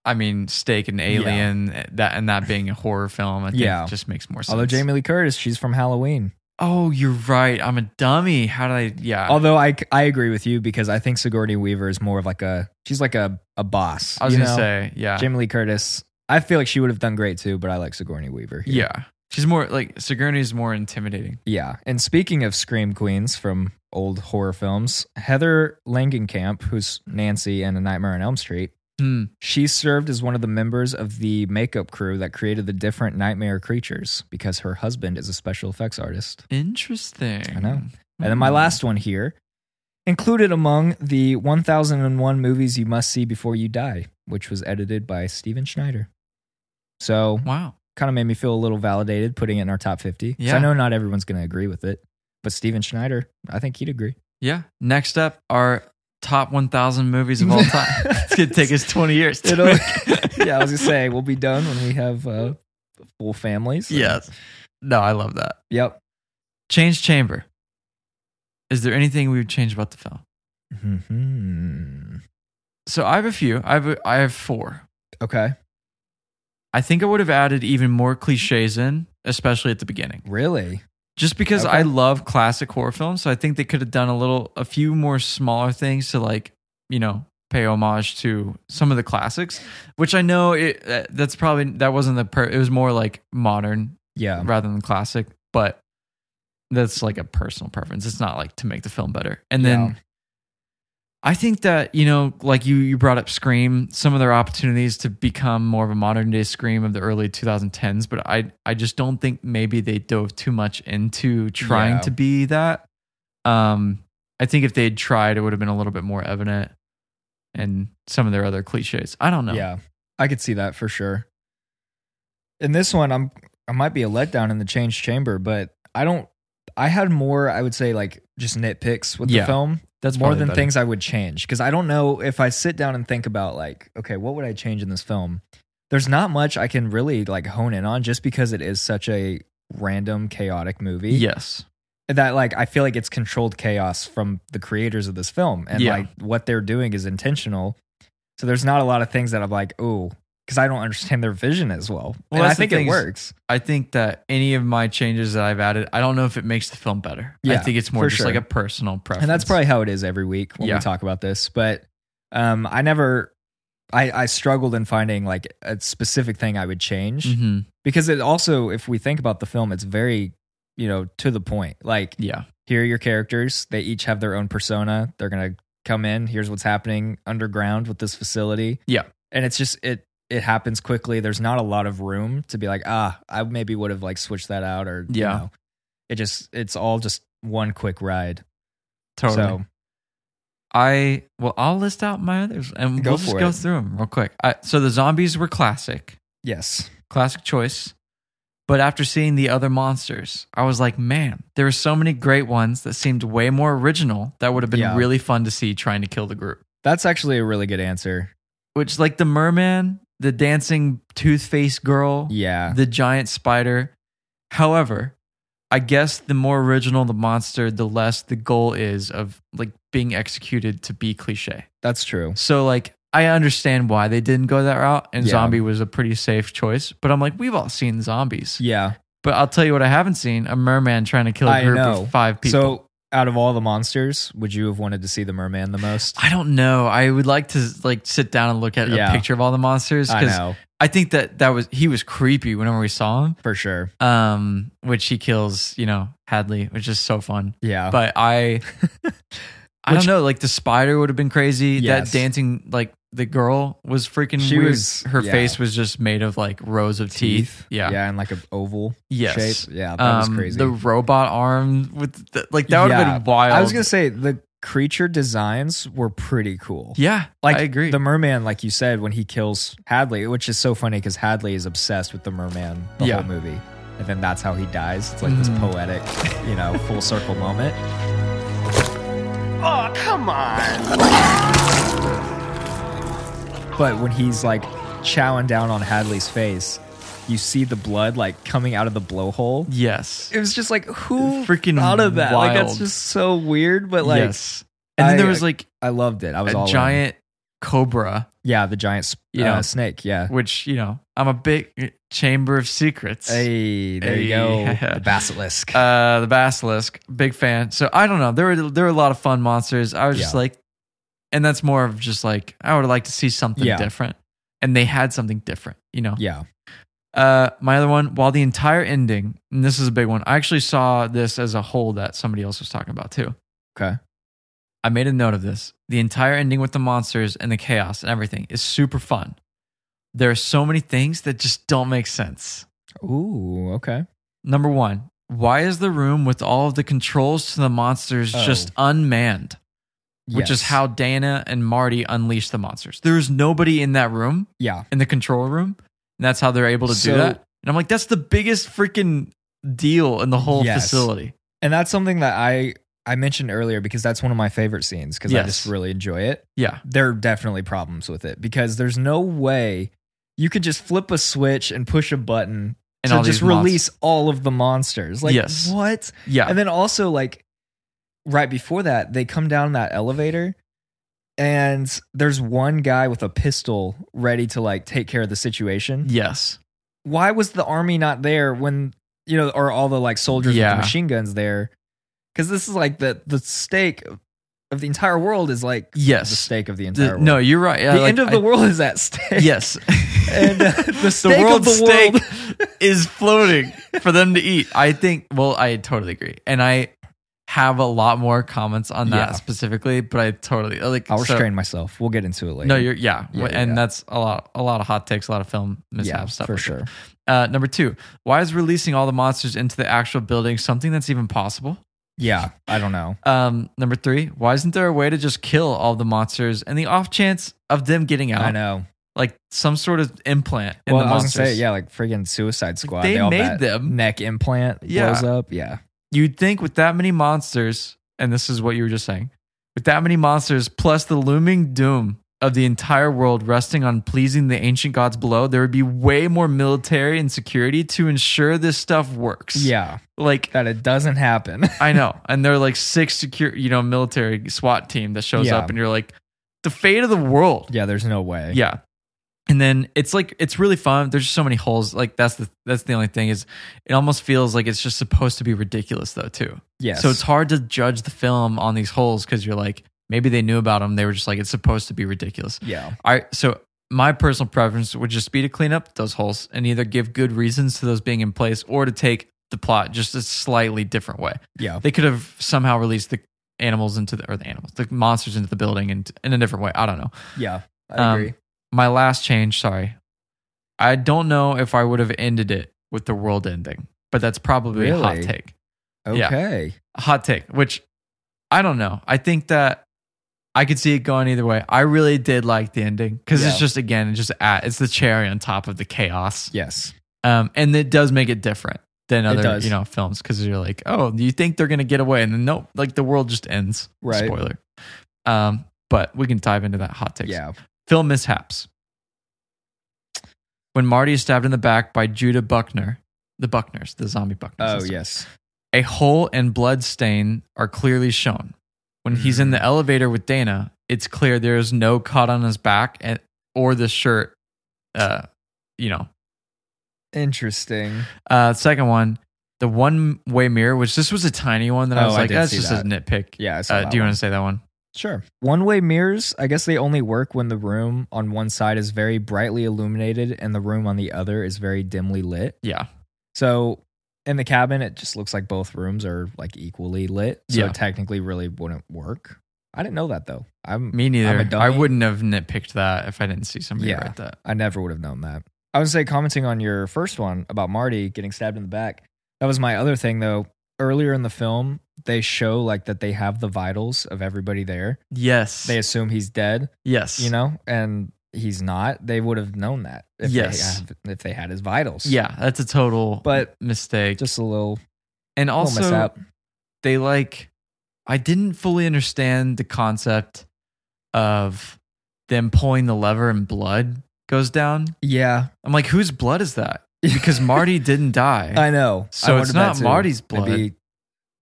Speaker 1: I mean, stake in Alien eh, that and that being a horror film, I think
Speaker 8: Yeah.
Speaker 1: it just makes more sense.
Speaker 8: although jamie lee curtis she's from halloween
Speaker 1: Oh, you're right. I'm a dummy. How did I yeah.
Speaker 8: although I, c- I agree with you because i think sigourney weaver is more of like a she's like a, a boss
Speaker 1: I was
Speaker 8: you
Speaker 1: gonna
Speaker 8: know?
Speaker 1: say, yeah.
Speaker 8: jamie lee curtis i feel like she would have done great too but i like sigourney weaver here.
Speaker 1: yeah. She's more like Sigourney's more intimidating.
Speaker 8: Yeah. And speaking of scream queens from old horror films, Heather Langenkamp, who's Nancy in A Nightmare on Elm Street,
Speaker 1: Hmm.
Speaker 8: she served as one of the members of the makeup crew that created the different nightmare creatures because her husband is a special effects artist.
Speaker 1: Interesting. Hmm.
Speaker 8: I know. And then my last one here included among the 1001 movies you must see before you die, which was edited by Steven Schneider. So
Speaker 1: Wow.
Speaker 8: kind of made me feel a little validated putting it in our top 50. 'Cause
Speaker 1: Yeah.
Speaker 8: I know not everyone's going to agree with it, but Steven Schneider, I think he'd agree.
Speaker 1: Yeah. Next up are top 1,000 movies of all time. it's going to take us 20 years. To
Speaker 8: It'll-
Speaker 1: make.
Speaker 8: yeah, I was going to say, we'll be done when we have uh, full families.
Speaker 1: Yes. No, I love that.
Speaker 8: Yep.
Speaker 1: Change chamber. Is there anything we would change about the film?
Speaker 8: hmm
Speaker 1: So I have a few. I have a, I have four.
Speaker 8: Okay.
Speaker 1: I think I would have added even more cliches in, especially at the beginning,
Speaker 8: Really?
Speaker 1: just because
Speaker 8: Okay.
Speaker 1: I love classic horror films. So I think they could have done a little, a few more smaller things to like, you know, pay homage to some of the classics. Which I know it, uh, that's probably that wasn't the per. It was more like modern
Speaker 8: Yeah.
Speaker 1: rather than classic, but that's like a personal preference. It's not like to make the film better. And then
Speaker 8: Yeah.
Speaker 1: I think that, you know, like you you brought up Scream, some of their opportunities to become more of a modern day Scream of the early 2010s, but I I just don't think maybe they dove too much into trying
Speaker 8: Yeah.
Speaker 1: to be that. Um I think if they'd tried it would have been a little bit more evident and some of their other clichés. I don't know.
Speaker 8: Yeah. I could see that for sure. In this one, I'm I might be a letdown in the change chamber, but I don't I had more, I would say like just nitpicks with
Speaker 1: Yeah.
Speaker 8: the film.
Speaker 1: That's
Speaker 8: more
Speaker 1: probably
Speaker 8: than
Speaker 1: better.
Speaker 8: things I would change because I don't know if I sit down and think about like, okay, what would I change in this film? There's not much I can really like hone in on just because it is such a random chaotic movie
Speaker 1: Yes.
Speaker 8: that like I feel like it's controlled chaos from the creators of this film and
Speaker 1: Yeah.
Speaker 8: like what they're doing is intentional. So there's not a lot of things that I'm like, ooh, because I don't understand their vision as well.
Speaker 1: Well,
Speaker 8: and I
Speaker 1: that's the
Speaker 8: think it
Speaker 1: thing is-
Speaker 8: works.
Speaker 1: I think that any of my changes that I've added, I don't know if it makes the film better. I
Speaker 8: Yeah,
Speaker 1: think it's more
Speaker 8: for
Speaker 1: just
Speaker 8: sure.
Speaker 1: like a personal preference.
Speaker 8: And that's probably how it is every week when
Speaker 1: Yeah.
Speaker 8: we talk about this. But Um, I never, I, I struggled in finding like a specific thing I would change
Speaker 1: Mm-hmm.
Speaker 8: because it also, if we think about the film, it's very, you know, to the point. Like,
Speaker 1: Yeah.
Speaker 8: here are your characters. They each have their own persona. They're gonna come in. Here's what's happening underground with this facility.
Speaker 1: Yeah.
Speaker 8: and it's just it it happens quickly. There's not a lot of room to be like, ah, I maybe would have like switched that out or you
Speaker 1: Yeah.
Speaker 8: know. It just it's all just one quick ride.
Speaker 1: Totally.
Speaker 8: So
Speaker 1: I well, I'll list out my others and
Speaker 8: Go
Speaker 1: we'll just
Speaker 8: for
Speaker 1: go
Speaker 8: it.
Speaker 1: through them real quick. I, so the zombies were classic,
Speaker 8: yes,
Speaker 1: classic choice. But after seeing the other monsters, I was like, man, there were so many great ones that seemed way more original that would have been
Speaker 8: Yeah.
Speaker 1: really fun to see trying to kill the group.
Speaker 8: that's actually a really good answer.
Speaker 1: Which like the merman, the dancing tooth face girl,
Speaker 8: Yeah,
Speaker 1: the giant spider. However, I guess the more original the monster, the less the goal is of like being executed to be cliche.
Speaker 8: that's true.
Speaker 1: So like I understand why they didn't go that route and
Speaker 8: Yeah.
Speaker 1: zombie was a pretty safe choice, but I'm like we've all seen zombies.
Speaker 8: Yeah.
Speaker 1: But I'll tell you what I haven't seen, a merman trying to kill a
Speaker 8: I
Speaker 1: group
Speaker 8: know.
Speaker 1: of 5 people.
Speaker 8: So out of all the monsters, would you have wanted to see the merman the most?
Speaker 1: I don't know. I would like to like sit down and look at
Speaker 8: Yeah.
Speaker 1: a picture of all the monsters
Speaker 8: I
Speaker 1: cuz I,
Speaker 8: know
Speaker 1: think that that was he was creepy whenever we saw him.
Speaker 8: for sure.
Speaker 1: Um which he kills, you know, Hadley, which is so fun.
Speaker 8: Yeah,
Speaker 1: But I I
Speaker 8: Uh-huh. Which-
Speaker 1: don't know, like the spider would have been crazy.
Speaker 8: Yes.
Speaker 1: That dancing like the girl was freaking
Speaker 8: She
Speaker 1: weird.
Speaker 8: was-
Speaker 1: her
Speaker 8: yeah.
Speaker 1: face was just made of like rows of teeth. Yeah.
Speaker 8: yeah, and like an oval
Speaker 1: Yes.
Speaker 8: shape. Yeah, that was
Speaker 1: Um,
Speaker 8: crazy.
Speaker 1: the robot arm with the, like that would have
Speaker 8: Yeah.
Speaker 1: been wild.
Speaker 8: I was gonna say the creature designs were pretty cool.
Speaker 1: yeah,
Speaker 8: Like
Speaker 1: I agree.
Speaker 8: the merman, like you said, when he kills Hadley, which is so funny because Hadley is obsessed with the merman the
Speaker 1: Yeah. Mm.
Speaker 8: whole movie, and then that's how he dies. It's like this poetic, you know, full circle moment.
Speaker 9: Oh, come on.
Speaker 8: But when he's like chowing down on Hadley's face, you see the blood like coming out of the blowhole.
Speaker 1: yes,
Speaker 8: It was just like who
Speaker 1: Freaking
Speaker 8: thought of that? Like that's
Speaker 1: wild.
Speaker 8: just so weird. But like,
Speaker 1: yes. And then
Speaker 8: I-
Speaker 1: there was like
Speaker 8: I loved it. I was
Speaker 1: a
Speaker 8: all in.
Speaker 1: giant cobra,
Speaker 8: yeah, the giant, sp-
Speaker 1: You
Speaker 8: uh,
Speaker 1: know.
Speaker 8: snake, yeah.
Speaker 1: which you know I'm a big chamber of secrets.
Speaker 8: Hey, there you go.
Speaker 1: Hey.
Speaker 8: The basilisk.
Speaker 1: Uh, the basilisk, big fan. So I don't know. There were there were a lot of fun monsters. I was just
Speaker 8: Yeah.
Speaker 1: like, and that's more of just like I would like to see something
Speaker 8: Yeah.
Speaker 1: different, and they had something different. You know,
Speaker 8: yeah.
Speaker 1: Uh, my other one, while the entire ending, and this is a big one, I actually saw this as a whole that somebody else was talking about too.
Speaker 8: Okay.
Speaker 1: I made a note of this. The entire ending with the monsters and the chaos and everything is super fun. There are so many things that just don't make sense.
Speaker 8: Ooh, okay.
Speaker 1: Number one, why is the room with all of the controls to the monsters
Speaker 8: Oh.
Speaker 1: just unmanned? Which is
Speaker 8: Yes.
Speaker 1: how Dana and Marty unleash the monsters. There's nobody in that room
Speaker 8: Yeah.
Speaker 1: in the control room. And that's how they're able to
Speaker 8: So-
Speaker 1: do that. And I'm like, that's the biggest freaking deal in the whole
Speaker 8: Yes.
Speaker 1: facility.
Speaker 8: And that's something that I I mentioned earlier because that's one of my favorite scenes because I
Speaker 1: Yes.
Speaker 8: just really enjoy it.
Speaker 1: Yeah.
Speaker 8: There are definitely problems with it because there's no way you could just flip a switch and push a button
Speaker 1: And
Speaker 8: to
Speaker 1: all
Speaker 8: just
Speaker 1: these monst-
Speaker 8: release all of the monsters. Like
Speaker 1: Yes.
Speaker 8: what?
Speaker 1: Yeah.
Speaker 8: And then also like right before that, they come down that elevator and there's one guy with a pistol ready to like take care of the situation.
Speaker 1: yes.
Speaker 8: why was the army not there when you know or all the like soldiers
Speaker 1: Yeah.
Speaker 8: with the machine guns there because this is like the the stake of the entire world is like the
Speaker 1: Yes.
Speaker 8: stake of the
Speaker 1: The-
Speaker 8: entire world
Speaker 1: no, you're right. Yeah,
Speaker 8: the
Speaker 1: like,
Speaker 8: end of
Speaker 1: I-
Speaker 8: the world is at stake
Speaker 1: Yes.
Speaker 8: and uh, the stake
Speaker 1: world's
Speaker 8: of the world
Speaker 1: steak is floating for them to eat. I think, well, I totally agree. And I have a lot more comments on that
Speaker 8: Yeah.
Speaker 1: specifically, but I totally like
Speaker 8: i'll
Speaker 1: so-
Speaker 8: restrain myself we'll get into it later
Speaker 1: No, you're yeah.
Speaker 8: Yeah, yeah,
Speaker 1: and
Speaker 8: yeah.
Speaker 1: that's a lot a lot of hot takes, a lot of film mishap
Speaker 8: yeah
Speaker 1: stuff.
Speaker 8: for
Speaker 1: like that.
Speaker 8: sure
Speaker 1: Uh, number two, why is releasing all the monsters into the actual building something that's even possible?
Speaker 8: yeah i don't know
Speaker 1: Um, number three, why isn't there a way to just kill all the monsters and the off chance of them getting out?
Speaker 8: i know
Speaker 1: Like some sort of implant in
Speaker 8: well
Speaker 1: the
Speaker 8: i was
Speaker 1: monsters.
Speaker 8: gonna say yeah like friggin suicide squad
Speaker 1: they
Speaker 8: all
Speaker 1: made
Speaker 8: that
Speaker 1: them.
Speaker 8: neck implant
Speaker 1: Yeah.
Speaker 8: blows up yeah
Speaker 1: You'd think with that many monsters, and this is what you were just saying, with that many monsters plus the looming doom of the entire world resting on pleasing the ancient gods below, there would be way more military and security to ensure this stuff works.
Speaker 8: yeah
Speaker 1: Like
Speaker 8: that it doesn't happen
Speaker 1: I know. And they're like six secure, you know, military SWAT team that shows
Speaker 8: Yeah.
Speaker 1: up and you're like, the fate of the world.
Speaker 8: yeah there's no way
Speaker 1: Yeah. And then it's like it's really fun. There's just so many holes. Like that's the that's the only thing is it almost feels like it's just supposed to be ridiculous though too.
Speaker 8: yes
Speaker 1: So it's hard to judge the film on these holes because you're like, Maybe they knew about them. They were just like, it's supposed to be ridiculous.
Speaker 8: Yeah.
Speaker 1: All right. So my personal preference would just be to clean up those holes and either give good reasons to those being in place or to take the plot just a slightly different way.
Speaker 8: Yeah.
Speaker 1: They could have somehow released the animals into the or the animals, the monsters into the building and in a different way. I don't know.
Speaker 8: Yeah. I
Speaker 1: Um,
Speaker 8: agree.
Speaker 1: My last change, sorry. I don't know if I would have ended it with the world ending, but that's probably a hot
Speaker 8: Really?
Speaker 1: take. yeah.
Speaker 8: Okay.
Speaker 1: A hot take, which I don't know. I think that I could see it going either way. I really did like the ending because it's
Speaker 8: Yeah.
Speaker 1: just again, it's just at, it's the cherry on top of the chaos.
Speaker 8: Yes.
Speaker 1: Um, and it does make it different than other
Speaker 8: does.
Speaker 1: you know films because you're like, oh, you think they're gonna get away, and then nope, like the world just ends.
Speaker 8: Right.
Speaker 1: Spoiler. Um, but we can dive into that hot take.
Speaker 8: Yeah.
Speaker 1: Film mishaps. When Marty is stabbed in the back by Judah Buckner, the Buckners, the zombie Buckners.
Speaker 8: Oh
Speaker 1: that's-
Speaker 8: yes.
Speaker 1: a hole and blood stain are clearly shown. When he's in
Speaker 8: Hmm.
Speaker 1: the elevator with Dana, it's clear there is no cut on his back and, or the shirt. Uh, you know.
Speaker 8: Interesting.
Speaker 1: Uh, second one, the one way mirror, which this was a tiny one that I
Speaker 8: Oh,
Speaker 1: was
Speaker 8: I
Speaker 1: like,
Speaker 8: did
Speaker 1: that's
Speaker 8: see
Speaker 1: just a nitpick.
Speaker 8: Yeah. I saw
Speaker 1: Uh,
Speaker 8: that
Speaker 1: do you
Speaker 8: one.
Speaker 1: want to say that one?
Speaker 8: Sure. One way mirrors, I guess they only work when the room on one side is very brightly illuminated and the room on the other is very dimly lit.
Speaker 1: Yeah.
Speaker 8: So in the cabin, it just looks like both rooms are like equally lit. So
Speaker 1: Yeah.
Speaker 8: it technically really wouldn't work. I didn't know that though. I'm
Speaker 1: Me neither.
Speaker 8: dummy.
Speaker 1: I wouldn't have nitpicked that if I didn't see somebody
Speaker 8: Yeah.
Speaker 1: write that.
Speaker 8: I never would have known that. I would say commenting on your first one about Marty getting stabbed in the back. That was my other thing though. Earlier in the film, they show like that they have the vitals of everybody there.
Speaker 1: Yes.
Speaker 8: They assume he's dead,
Speaker 1: yes.
Speaker 8: you know, and he's not. They would have known that if
Speaker 1: Yes.
Speaker 8: they have, if they had his vitals.
Speaker 1: Yeah, that's a total
Speaker 8: But
Speaker 1: mistake.
Speaker 8: just a little
Speaker 1: and also,
Speaker 8: also, little mishap.
Speaker 1: they like I didn't fully understand the concept of them pulling the lever and blood goes down.
Speaker 8: Yeah,
Speaker 1: I'm like, whose blood is that? Because Marty didn't die.
Speaker 8: I know.
Speaker 1: So
Speaker 8: I
Speaker 1: it's
Speaker 8: wondered that
Speaker 1: not
Speaker 8: too.
Speaker 1: Marty's
Speaker 8: It'd be-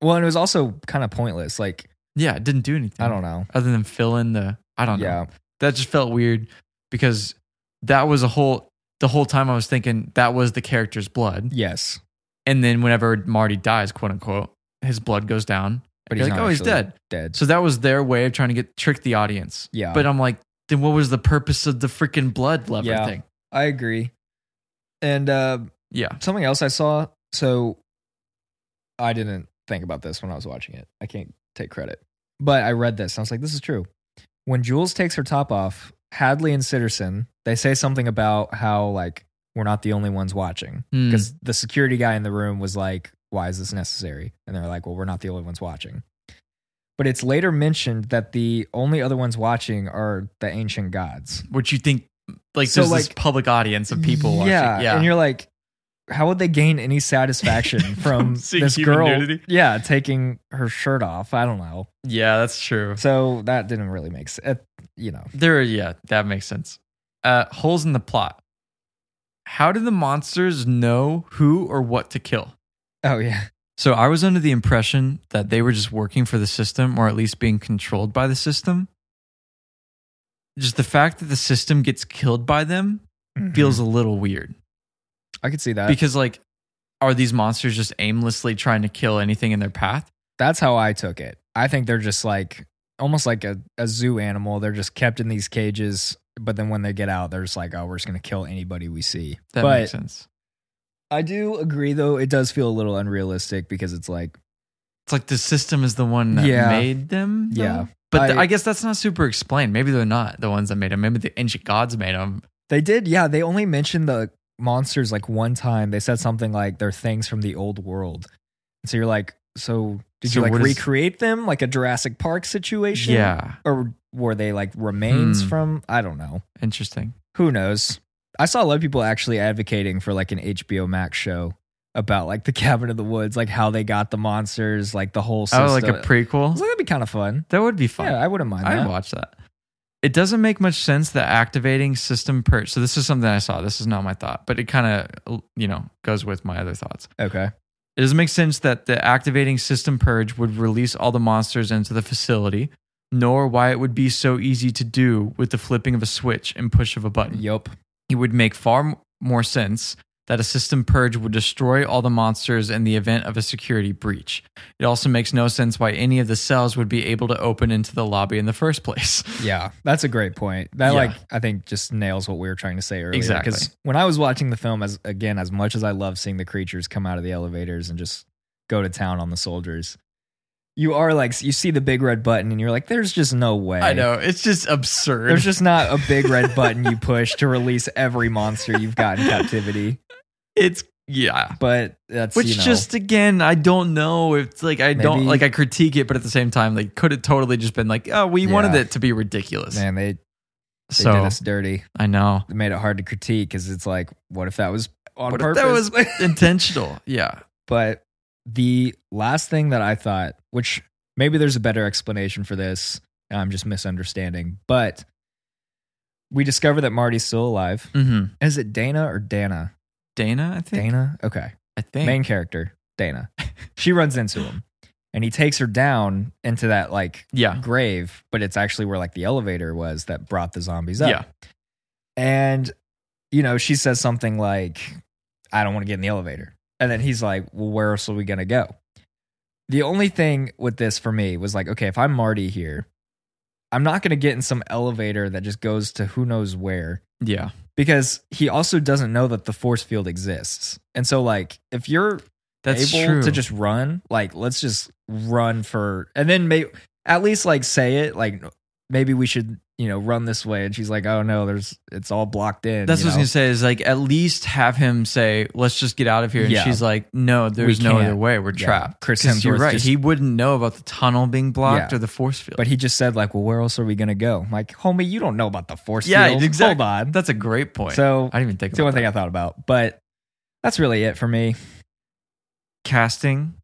Speaker 8: well, and it was also kind of pointless. Like
Speaker 1: yeah, it didn't do anything.
Speaker 8: I don't know.
Speaker 1: Other than fill in the I don't know.
Speaker 8: Yeah,
Speaker 1: That just felt weird because that was a whole the whole time I was thinking that was the character's blood.
Speaker 8: yes,
Speaker 1: And then whenever Marty dies, quote unquote, his blood goes down.
Speaker 8: but
Speaker 1: You're
Speaker 8: he's
Speaker 1: like,
Speaker 8: not
Speaker 1: oh, he's
Speaker 8: actually
Speaker 1: dead.
Speaker 8: Dead.
Speaker 1: So that was their way of trying to get trick the audience.
Speaker 8: yeah,
Speaker 1: But I'm like, then what was the purpose of the freaking blood lever
Speaker 8: Yeah.
Speaker 1: thing?
Speaker 8: I agree. And uh,
Speaker 1: Yeah.
Speaker 8: something else I saw. So I didn't think about this when I was watching it. I can't take credit, but I read this. And I was like, this is true. When Jules takes her top off, Hadley and Sitterson, they say something about how like we're not the only ones watching
Speaker 1: Hmm.
Speaker 8: because the security guy in the room was like, why is this necessary? And they're like, well, we're not the only ones watching. But it's later mentioned that the only other ones watching are the ancient gods.
Speaker 1: Which you think, like,
Speaker 8: So,
Speaker 1: there's this
Speaker 8: like-
Speaker 1: public audience of people watching.
Speaker 8: yeah,
Speaker 1: Yeah.
Speaker 8: And you're like, how would they gain any satisfaction
Speaker 1: From
Speaker 8: from
Speaker 1: seeing
Speaker 8: this
Speaker 1: human
Speaker 8: girl?
Speaker 1: nudity?
Speaker 8: Yeah, taking her shirt off. I don't know.
Speaker 1: yeah, that's true.
Speaker 8: So that didn't really make sense. You know,
Speaker 1: There, yeah, that makes sense. Uh, holes in the plot. How do the monsters know who or what to kill?
Speaker 8: oh yeah,
Speaker 1: So I was under the impression that they were just working for the system or at least being controlled by the system. Just the fact that the system gets killed by them
Speaker 8: Mm-hmm.
Speaker 1: feels a little weird.
Speaker 8: I could see that
Speaker 1: because like are these monsters just aimlessly trying to kill anything in their path
Speaker 8: that's how I took it. I think they're just like almost like a, a zoo animal. They're just kept in these cages, but then when they get out, they're just like, oh, we're just gonna kill anybody we see.
Speaker 1: that
Speaker 8: but
Speaker 1: makes sense
Speaker 8: I do agree though, it does feel a little unrealistic because it's like,
Speaker 1: it's like the system is the one that
Speaker 8: Yeah.
Speaker 1: made them though?
Speaker 8: Yeah.
Speaker 1: but th- I,
Speaker 8: I-
Speaker 1: guess that's not super explained maybe they're not the ones that made them maybe the ancient gods made them
Speaker 8: They did, yeah. They only mentioned the monsters like one time. They said something like they're things from the old world. And so you're like, so did
Speaker 1: So
Speaker 8: you like
Speaker 1: what is-
Speaker 8: recreate them like a Jurassic Park situation?
Speaker 1: yeah
Speaker 8: Or were they like remains
Speaker 1: Hmm.
Speaker 8: from? I don't know.
Speaker 1: interesting
Speaker 8: Who knows? I saw a lot of people actually advocating for like an HBO Max show about like the Cabin of the Woods, like how they got the monsters, like the whole system.
Speaker 1: oh like a
Speaker 8: I
Speaker 1: prequel
Speaker 8: was like, that'd be kind of fun.
Speaker 1: that would be fun
Speaker 8: Yeah, I wouldn't mind
Speaker 1: I'd
Speaker 8: that.
Speaker 1: watch that. It doesn't make much sense that activating system purge. So this is something I saw. This is not my thought, but it kind of you know goes with my other thoughts.
Speaker 8: Okay.
Speaker 1: It doesn't make sense that the activating system purge would release all the monsters into the facility, nor why it would be so easy to do with the flipping of a switch and push of a button.
Speaker 8: Yup.
Speaker 1: It would make far m- more sense that a system purge would destroy all the monsters in the event of a security breach. It also makes no sense why any of the cells would be able to open into the lobby in the first place.
Speaker 8: Yeah, that's a great point. That
Speaker 1: Yeah.
Speaker 8: like I think just nails what we were trying to say earlier.
Speaker 1: Exactly.
Speaker 8: Because when I was watching the film, as again, as much as I love seeing the creatures come out of the elevators and just go to town on the soldiers, you are like you see the big red button and you're like, there's just no way.
Speaker 1: I know, it's just absurd.
Speaker 8: There's just not a big red button you push to release every monster you've got in captivity.
Speaker 1: it's yeah.
Speaker 8: But that's
Speaker 1: Which
Speaker 8: you know,
Speaker 1: just again, I don't know if it's like I don't
Speaker 8: Maybe-
Speaker 1: like I critique it, but at the same time, like could have totally just been like, oh, we wanted
Speaker 8: Yeah.
Speaker 1: it to be ridiculous.
Speaker 8: man, they, they did
Speaker 1: so
Speaker 8: us dirty.
Speaker 1: I know.
Speaker 8: It made it hard to critique because it's like, what if that was on
Speaker 1: What if
Speaker 8: purpose?
Speaker 1: that was intentional. Yeah.
Speaker 8: But the last thing that I thought, which maybe there's a better explanation for this, I'm just misunderstanding, but we discover that Marty's still alive.
Speaker 1: Mm-hmm.
Speaker 8: Is it Dana or Dana?
Speaker 1: Dana, I think.
Speaker 8: Dana? Okay.
Speaker 1: I think.
Speaker 8: Main character, Dana. She runs into him and he takes her down into that like
Speaker 1: yeah.
Speaker 8: grave, but it's actually where like the elevator was that brought the zombies up.
Speaker 1: Yeah.
Speaker 8: And, you know, she says something like, I don't want to get in the elevator. And then he's like, Well, where else are we going to go? The only thing with this for me was like, okay, if I'm Marty here, I'm not going to get in some elevator that just goes to who knows where
Speaker 1: Yeah.
Speaker 8: because he also doesn't know that the force field exists. And so, like, if you're
Speaker 1: That's
Speaker 8: able
Speaker 1: true.
Speaker 8: to just run, like, let's just run for, and then maybe at least like say it, like, maybe we should, you know, run this way. And she's like, oh no, there's, it's all blocked in.
Speaker 1: That's
Speaker 8: you
Speaker 1: what I was
Speaker 8: know?
Speaker 1: gonna say. Is like at least have him say, "Let's just get out of here." And
Speaker 8: Yeah.
Speaker 1: she's like, "No, there's no
Speaker 8: can't."
Speaker 1: other way. We're
Speaker 8: Yeah.
Speaker 1: trapped."
Speaker 8: Chris
Speaker 1: 'Cause you're
Speaker 8: Hemsworth
Speaker 1: right.
Speaker 8: just-
Speaker 1: he wouldn't know about the tunnel being blocked
Speaker 8: Yeah.
Speaker 1: or the force field.
Speaker 8: But he just said, like, well, where else are we gonna go? I'm like, homie, you don't know about the force
Speaker 1: yeah,
Speaker 8: field.
Speaker 1: exactly.
Speaker 8: Hold on.
Speaker 1: That's a great point.
Speaker 8: So
Speaker 1: I didn't even think
Speaker 8: that's the
Speaker 1: about
Speaker 8: one
Speaker 1: that.
Speaker 8: thing I thought about. But that's really it for me.
Speaker 1: casting.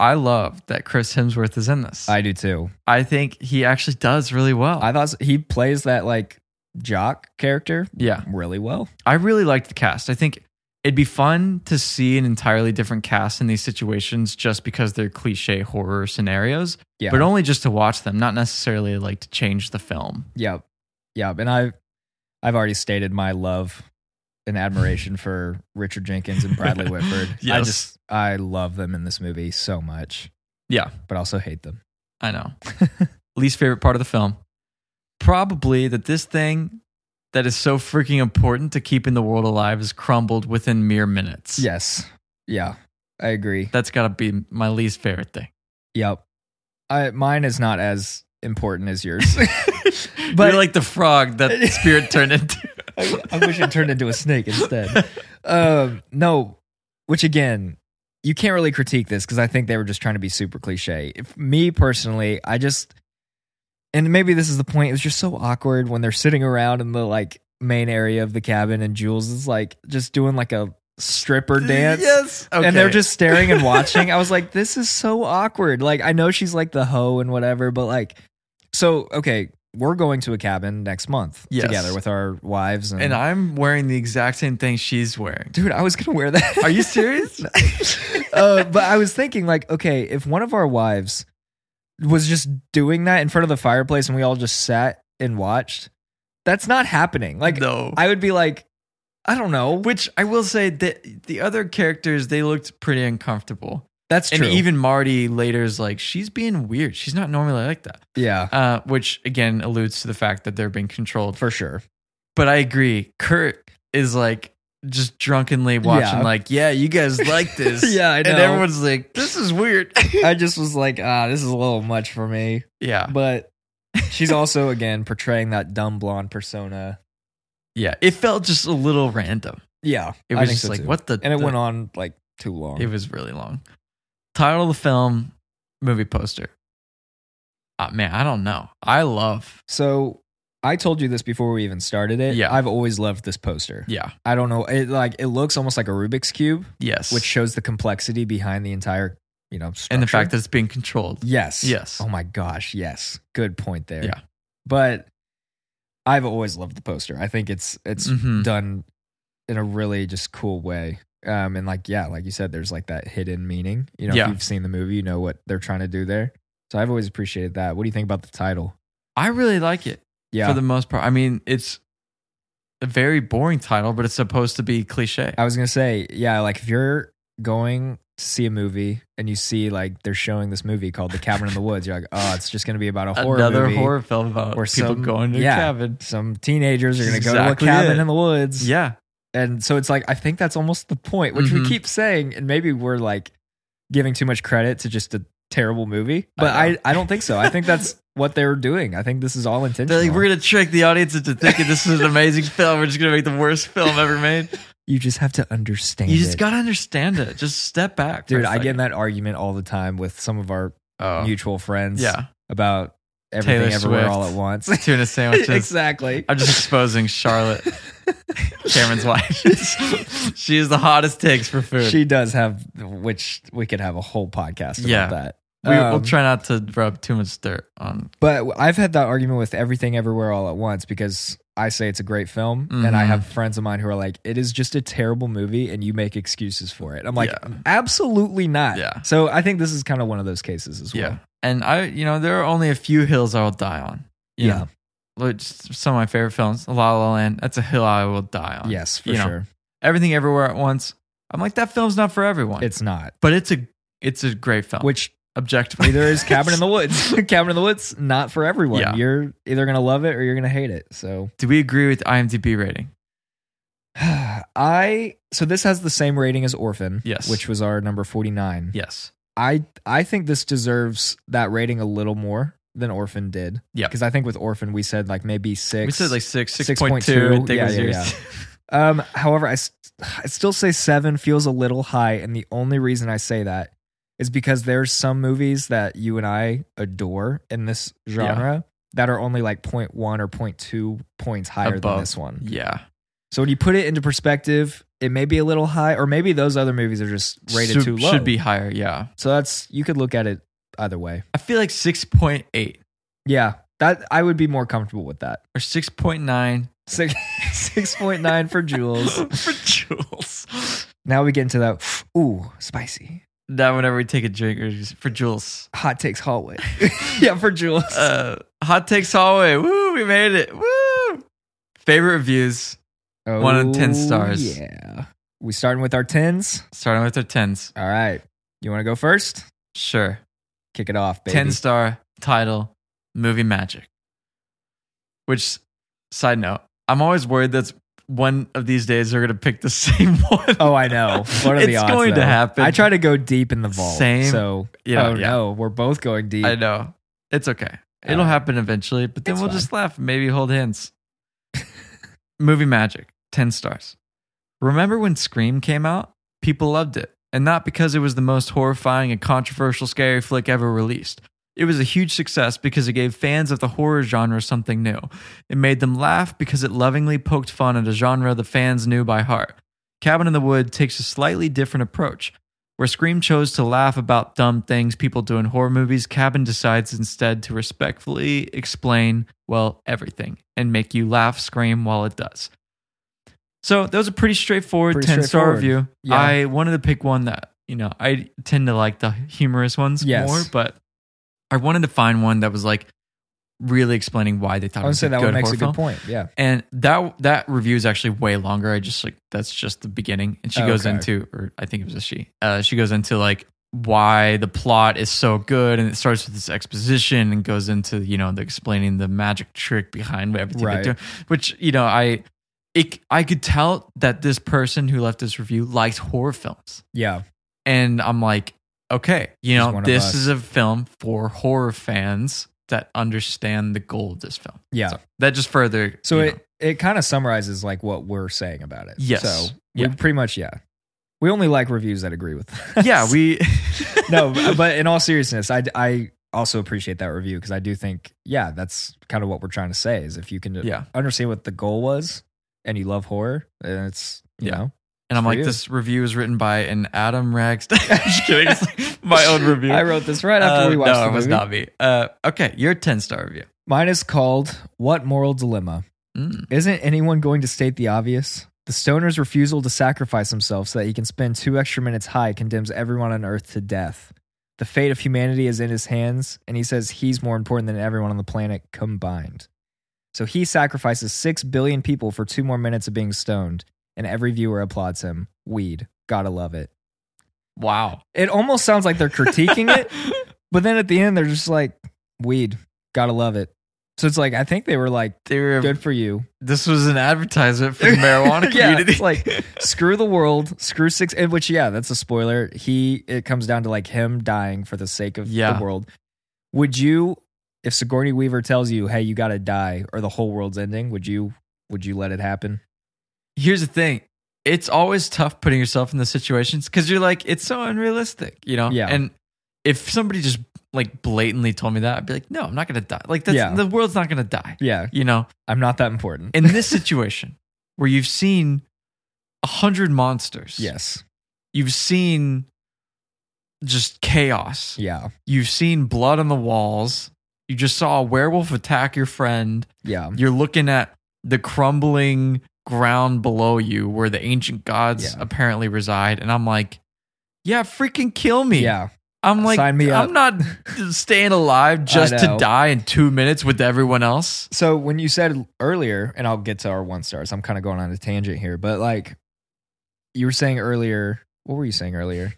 Speaker 1: I love that Chris Hemsworth is in this.
Speaker 8: I do too.
Speaker 1: I think he actually does really well.
Speaker 8: I thought he plays that like jock character
Speaker 1: yeah,
Speaker 8: really well.
Speaker 1: I really liked the cast. I think it'd be fun to see an entirely different cast in these situations, just because they're cliche horror scenarios.
Speaker 8: Yeah.
Speaker 1: but only just to watch them, not necessarily like to change the film.
Speaker 8: Yep. Yep. And I've I've already stated my love and admiration for Richard Jenkins and Bradley Whitford. I
Speaker 1: Yes.
Speaker 8: just I love them in this movie so much.
Speaker 1: Yeah.
Speaker 8: But also hate them.
Speaker 1: I know. Least favorite part of the film. Probably that this thing that is so freaking important to keeping the world alive is crumbled within mere minutes.
Speaker 8: Yes. Yeah. I agree.
Speaker 1: That's got to be my least favorite thing.
Speaker 8: Yep. I mine is not as important as yours.
Speaker 1: But You're like the frog that spirit turned into.
Speaker 8: I, I wish it turned into a snake instead. Um, no, which again, you can't really critique this because I think they were just trying to be super cliche. If me personally, I just, and maybe this is the point. It was just so awkward when they're sitting around in the like main area of the cabin, and Jules is like just doing like a stripper dance.
Speaker 1: Yes. Okay.
Speaker 8: And they're just staring and watching. I was like, this is so awkward. Like, I know she's like the hoe and whatever, but like, so, okay, we're going to a cabin next month
Speaker 1: Yes.
Speaker 8: together with our wives. And,
Speaker 1: And I'm wearing the exact same thing she's wearing.
Speaker 8: dude, I was going to wear that.
Speaker 1: Are you serious?
Speaker 8: uh, but I was thinking, like, okay, if one of our wives was just doing that in front of the fireplace and we all just sat and watched, that's not happening. Like,
Speaker 1: no.
Speaker 8: I would be like, I don't know.
Speaker 1: Which I will say that the other characters they looked pretty uncomfortable.
Speaker 8: That's true.
Speaker 1: and even Marty later is like, she's being weird. She's not normally like that.
Speaker 8: yeah,
Speaker 1: Uh, which again alludes to the fact that they're being controlled.
Speaker 8: for sure.
Speaker 1: But I agree. Kurt is like just drunkenly watching,
Speaker 8: Yeah.
Speaker 1: like, yeah, you guys like this.
Speaker 8: Yeah, I know.
Speaker 1: And everyone's like, this is weird.
Speaker 8: I just was like, ah, this is a little much for me.
Speaker 1: yeah.
Speaker 8: But she's also again portraying that dumb blonde persona.
Speaker 1: Yeah. It felt just a little random.
Speaker 8: Yeah,
Speaker 1: It
Speaker 8: I
Speaker 1: was
Speaker 8: think
Speaker 1: just
Speaker 8: so,
Speaker 1: like,
Speaker 8: too.
Speaker 1: what the
Speaker 8: and it
Speaker 1: the-
Speaker 8: went on like too long.
Speaker 1: It was really long. Title of the film, movie poster. Uh, man, I don't know. I love.
Speaker 8: so I told you this before we even started it.
Speaker 1: Yeah.
Speaker 8: I've always loved this poster.
Speaker 1: Yeah.
Speaker 8: I don't know. It like it looks almost like a Rubik's cube,
Speaker 1: Yes.
Speaker 8: which shows the complexity behind the entire, you know,
Speaker 1: and the
Speaker 8: structure.
Speaker 1: fact that it's being controlled.
Speaker 8: Yes.
Speaker 1: Yes.
Speaker 8: Oh my gosh. Yes. Good point there.
Speaker 1: Yeah.
Speaker 8: But I've always loved the poster. I think it's it's
Speaker 1: Mhm.
Speaker 8: done in a really just cool way. Um, and like yeah, like you said, there's like that hidden meaning. You know,
Speaker 1: Yeah.
Speaker 8: if you've seen the movie, you know what they're trying to do there. So I've always appreciated that. What do you think about the title?
Speaker 1: I really like it.
Speaker 8: Yeah.
Speaker 1: for the most part. I mean, it's a very boring title, but it's supposed to be cliche.
Speaker 8: I was gonna say, yeah, like if you're going to see a movie and you see like they're showing this movie called The Cabin in the Woods, you're like, oh, it's just gonna be about a horror
Speaker 1: Another
Speaker 8: movie
Speaker 1: horror film about people
Speaker 8: or some-
Speaker 1: going to a
Speaker 8: yeah,
Speaker 1: cabin.
Speaker 8: Some teenagers are gonna go
Speaker 1: Exactly
Speaker 8: to a cabin
Speaker 1: it.
Speaker 8: in the woods,
Speaker 1: Yeah.
Speaker 8: and so it's like I think that's almost the point, which
Speaker 1: Mhm.
Speaker 8: we keep saying, and maybe we're like giving too much credit to just a terrible movie,
Speaker 1: I
Speaker 8: but I
Speaker 1: know.
Speaker 8: I, don't think so. I think that's what they were doing. I think this is all
Speaker 1: They're
Speaker 8: intentional.
Speaker 1: like, we're gonna trick the audience into thinking this is an amazing film. We're just gonna make the worst film ever made.
Speaker 8: you just have to understand.
Speaker 1: You just
Speaker 8: it.
Speaker 1: gotta understand it. Just step back, for a
Speaker 8: dude. I get in
Speaker 1: second.
Speaker 8: that argument all the time with some of our
Speaker 1: Oh,
Speaker 8: mutual friends.
Speaker 1: yeah,
Speaker 8: about everything
Speaker 1: Taylor
Speaker 8: everywhere
Speaker 1: Swift.
Speaker 8: all at once.
Speaker 1: tuna sandwiches.
Speaker 8: exactly.
Speaker 1: I'm just exposing Charlotte, Cameron's wife. she is the hottest takes for food.
Speaker 8: She does have, which we could have a whole podcast about
Speaker 1: Yeah.
Speaker 8: that.
Speaker 1: we, we'll
Speaker 8: Um,
Speaker 1: try not to rub too much dirt on.
Speaker 8: But I've had that argument with everything everywhere all at once because I say it's a great film, and I
Speaker 1: Mhm.
Speaker 8: have friends of mine who are like, "It is just a terrible movie," and you make excuses for it. I'm like,
Speaker 1: Yeah.
Speaker 8: absolutely not.
Speaker 1: Yeah.
Speaker 8: So I think this is kind of one of those cases as well.
Speaker 1: Yeah, and I, you know, there are only a few hills I'll die on. you
Speaker 8: Yeah.
Speaker 1: know. Which some of my favorite films, La La Land. That's a hill I will die on.
Speaker 8: Yes, for
Speaker 1: You know,
Speaker 8: sure.
Speaker 1: everything everywhere at once. I'm like, that film's not for everyone.
Speaker 8: It's not.
Speaker 1: but it's a it's a great film.
Speaker 8: Which
Speaker 1: objectively
Speaker 8: neither is Cabin in the Woods. Cabin in the Woods, not for everyone.
Speaker 1: Yeah.
Speaker 8: You're either gonna love it or you're gonna hate it. So
Speaker 1: Do we agree with IMDb rating?
Speaker 8: I so this has the same rating as Orphan,
Speaker 1: Yes.
Speaker 8: which was our number forty nine.
Speaker 1: Yes.
Speaker 8: I I think this deserves that rating a little more than Orphan did.
Speaker 1: Yeah.
Speaker 8: because I think with Orphan we said like maybe six.
Speaker 1: we said like six, six
Speaker 8: 6.2,
Speaker 1: point two. I think
Speaker 8: yeah,
Speaker 1: was
Speaker 8: yeah,
Speaker 1: yours.
Speaker 8: yeah. Um, however, I s- I still say seven feels a little high, and the only reason I say that is because there's some movies that you and I adore in this genre that are only like 0.1 or 0.2 points higher
Speaker 1: Above.
Speaker 8: than this one.
Speaker 1: yeah.
Speaker 8: So when you put it into perspective, it may be a little high, or maybe those other movies are just rated
Speaker 1: Should-
Speaker 8: too low.
Speaker 1: Should be higher. Yeah.
Speaker 8: So that's you could look at it either way.
Speaker 1: I feel like six point eight
Speaker 8: Yeah, that I would be more comfortable with that.
Speaker 1: or six point nine
Speaker 8: Six six point nine for Jules.
Speaker 1: for Jules.
Speaker 8: Now we get into that. Ooh, spicy
Speaker 1: Now, whenever we take a drink, or just- for Jules.
Speaker 8: hot takes hallway. yeah, for Jules.
Speaker 1: Uh, hot takes hallway. Woo! We made it. Woo! Favorite reviews. one out of 10
Speaker 8: Oh,
Speaker 1: stars.
Speaker 8: Yeah, we starting with our tens.
Speaker 1: Starting with our tens.
Speaker 8: All right, you want to go first?
Speaker 1: Sure.
Speaker 8: Kick it off, baby.
Speaker 1: 10 star title movie magic which side note i'm always worried that one of these days they're going to pick the same one.
Speaker 8: Oh, I know. What are the
Speaker 1: It's
Speaker 8: odds?
Speaker 1: going to
Speaker 8: though?
Speaker 1: happen.
Speaker 8: I try to go deep in the vault.
Speaker 1: Same.
Speaker 8: So
Speaker 1: Yeah,
Speaker 8: oh
Speaker 1: yeah.
Speaker 8: no, we're both going deep.
Speaker 1: i know it's okay it'll
Speaker 8: Uh,
Speaker 1: happen eventually but then
Speaker 8: it's
Speaker 1: we'll
Speaker 8: fine.
Speaker 1: just laugh and maybe hold hands movie magic 10 stars remember when scream came out people loved it and not because it was the most horrifying and controversial scary flick ever released It was a huge success because it gave fans of the horror genre something new. It made them laugh because it lovingly poked fun at a genre the fans knew by heart. Cabin in the Wood takes a slightly different approach. Where Scream chose to laugh about dumb things people do in horror movies, Cabin decides instead to respectfully explain, well, everything and make you laugh, scream while it does. So that was a pretty straightforward
Speaker 8: Pretty
Speaker 1: 10 star
Speaker 8: straightforward.
Speaker 1: review.
Speaker 8: Yeah.
Speaker 1: I wanted to pick one that, you know, I tend to like the humorous ones
Speaker 8: Yes.
Speaker 1: more, but I wanted to find one that was like really explaining why they thought it
Speaker 8: I
Speaker 1: was
Speaker 8: would say
Speaker 1: a
Speaker 8: that
Speaker 1: good
Speaker 8: one makes
Speaker 1: horror film.
Speaker 8: a good point. Yeah.
Speaker 1: And that that review is actually way longer. I just like that's just the beginning, and she
Speaker 8: Oh,
Speaker 1: goes
Speaker 8: okay.
Speaker 1: into, or I think it was a she. Uh, she goes into like why the plot is so good, and it starts with this exposition and goes into you know the explaining the magic trick behind everything
Speaker 8: Right.
Speaker 1: they do, which you know I. It, I could tell that this person who left this review likes horror films
Speaker 8: Yeah.
Speaker 1: and I'm like, okay, you
Speaker 8: He's
Speaker 1: know,
Speaker 8: one of
Speaker 1: this
Speaker 8: us.
Speaker 1: is a film for horror fans that understand the goal of this film.
Speaker 8: Yeah.
Speaker 1: So that just further.
Speaker 8: So
Speaker 1: you
Speaker 8: it
Speaker 1: know,
Speaker 8: it kind of summarizes like what we're saying about it.
Speaker 1: Yes.
Speaker 8: So we
Speaker 1: Yeah.
Speaker 8: pretty much yeah. We only like reviews that agree with us.
Speaker 1: yeah, we.
Speaker 8: no, b- but in all seriousness, I I also appreciate that review because I do think yeah, that's kind of what we're trying to say is if you can
Speaker 1: Yeah.
Speaker 8: understand what the goal was and you love horror, then it's you
Speaker 1: Yeah.
Speaker 8: know
Speaker 1: And I'm
Speaker 8: for
Speaker 1: like,
Speaker 8: you.
Speaker 1: this review is written by an Adam Rags. I'm just kidding. It's like my own review.
Speaker 8: I wrote this right after
Speaker 1: Uh,
Speaker 8: we watched
Speaker 1: No,
Speaker 8: the
Speaker 1: it was
Speaker 8: movie.
Speaker 1: not me. Uh, okay, your 10 star review.
Speaker 8: Mine is called What Moral Dilemma?
Speaker 1: Mm.
Speaker 8: Isn't anyone going to state the obvious? The stoner's refusal to sacrifice himself so that he can spend two extra minutes high condemns everyone on Earth to death. The fate of humanity is in his hands, and he says he's more important than everyone on the planet combined. So he sacrifices 6 billion people for two more minutes of being stoned, and every viewer applauds him. Weed. Gotta love it.
Speaker 1: Wow.
Speaker 8: It almost sounds like they're critiquing it, but then at the end, they're just like, weed. Gotta love it. So it's like, I think they were like,
Speaker 1: They were-
Speaker 8: good for you.
Speaker 1: this was an advertisement for the marijuana
Speaker 8: Yeah,
Speaker 1: community.
Speaker 8: it's like screw the world, screw six. and Which yeah, that's a spoiler. He it comes down to like him dying for the sake of
Speaker 1: Yeah.
Speaker 8: the world. Would you, if Sigourney Weaver tells you, "Hey, you got to die," or the whole world's ending, would you would you let it happen?
Speaker 1: here's the thing it's always tough putting yourself in the situations because you're like it's so unrealistic you know
Speaker 8: Yeah.
Speaker 1: and if somebody just like blatantly told me that i'd be like no i'm not gonna die like that's,
Speaker 8: Yeah.
Speaker 1: the world's not gonna die
Speaker 8: Yeah,
Speaker 1: you know
Speaker 8: I'm not that important.
Speaker 1: in this situation where you've seen a hundred monsters
Speaker 8: yes,
Speaker 1: you've seen just chaos
Speaker 8: yeah,
Speaker 1: you've seen blood on the walls you just saw a werewolf attack your friend
Speaker 8: yeah,
Speaker 1: you're looking at the crumbling ground below you where the ancient gods
Speaker 8: Yeah.
Speaker 1: apparently reside and i'm like yeah freaking kill me
Speaker 8: yeah,
Speaker 1: i'm like
Speaker 8: Sign me
Speaker 1: i'm
Speaker 8: up.
Speaker 1: not staying alive just to
Speaker 8: know.
Speaker 1: die in two minutes with everyone else
Speaker 8: So when you said earlier, and I'll get to our one stars, I'm kind of going on a tangent here, but like you were saying earlier, what were you saying earlier?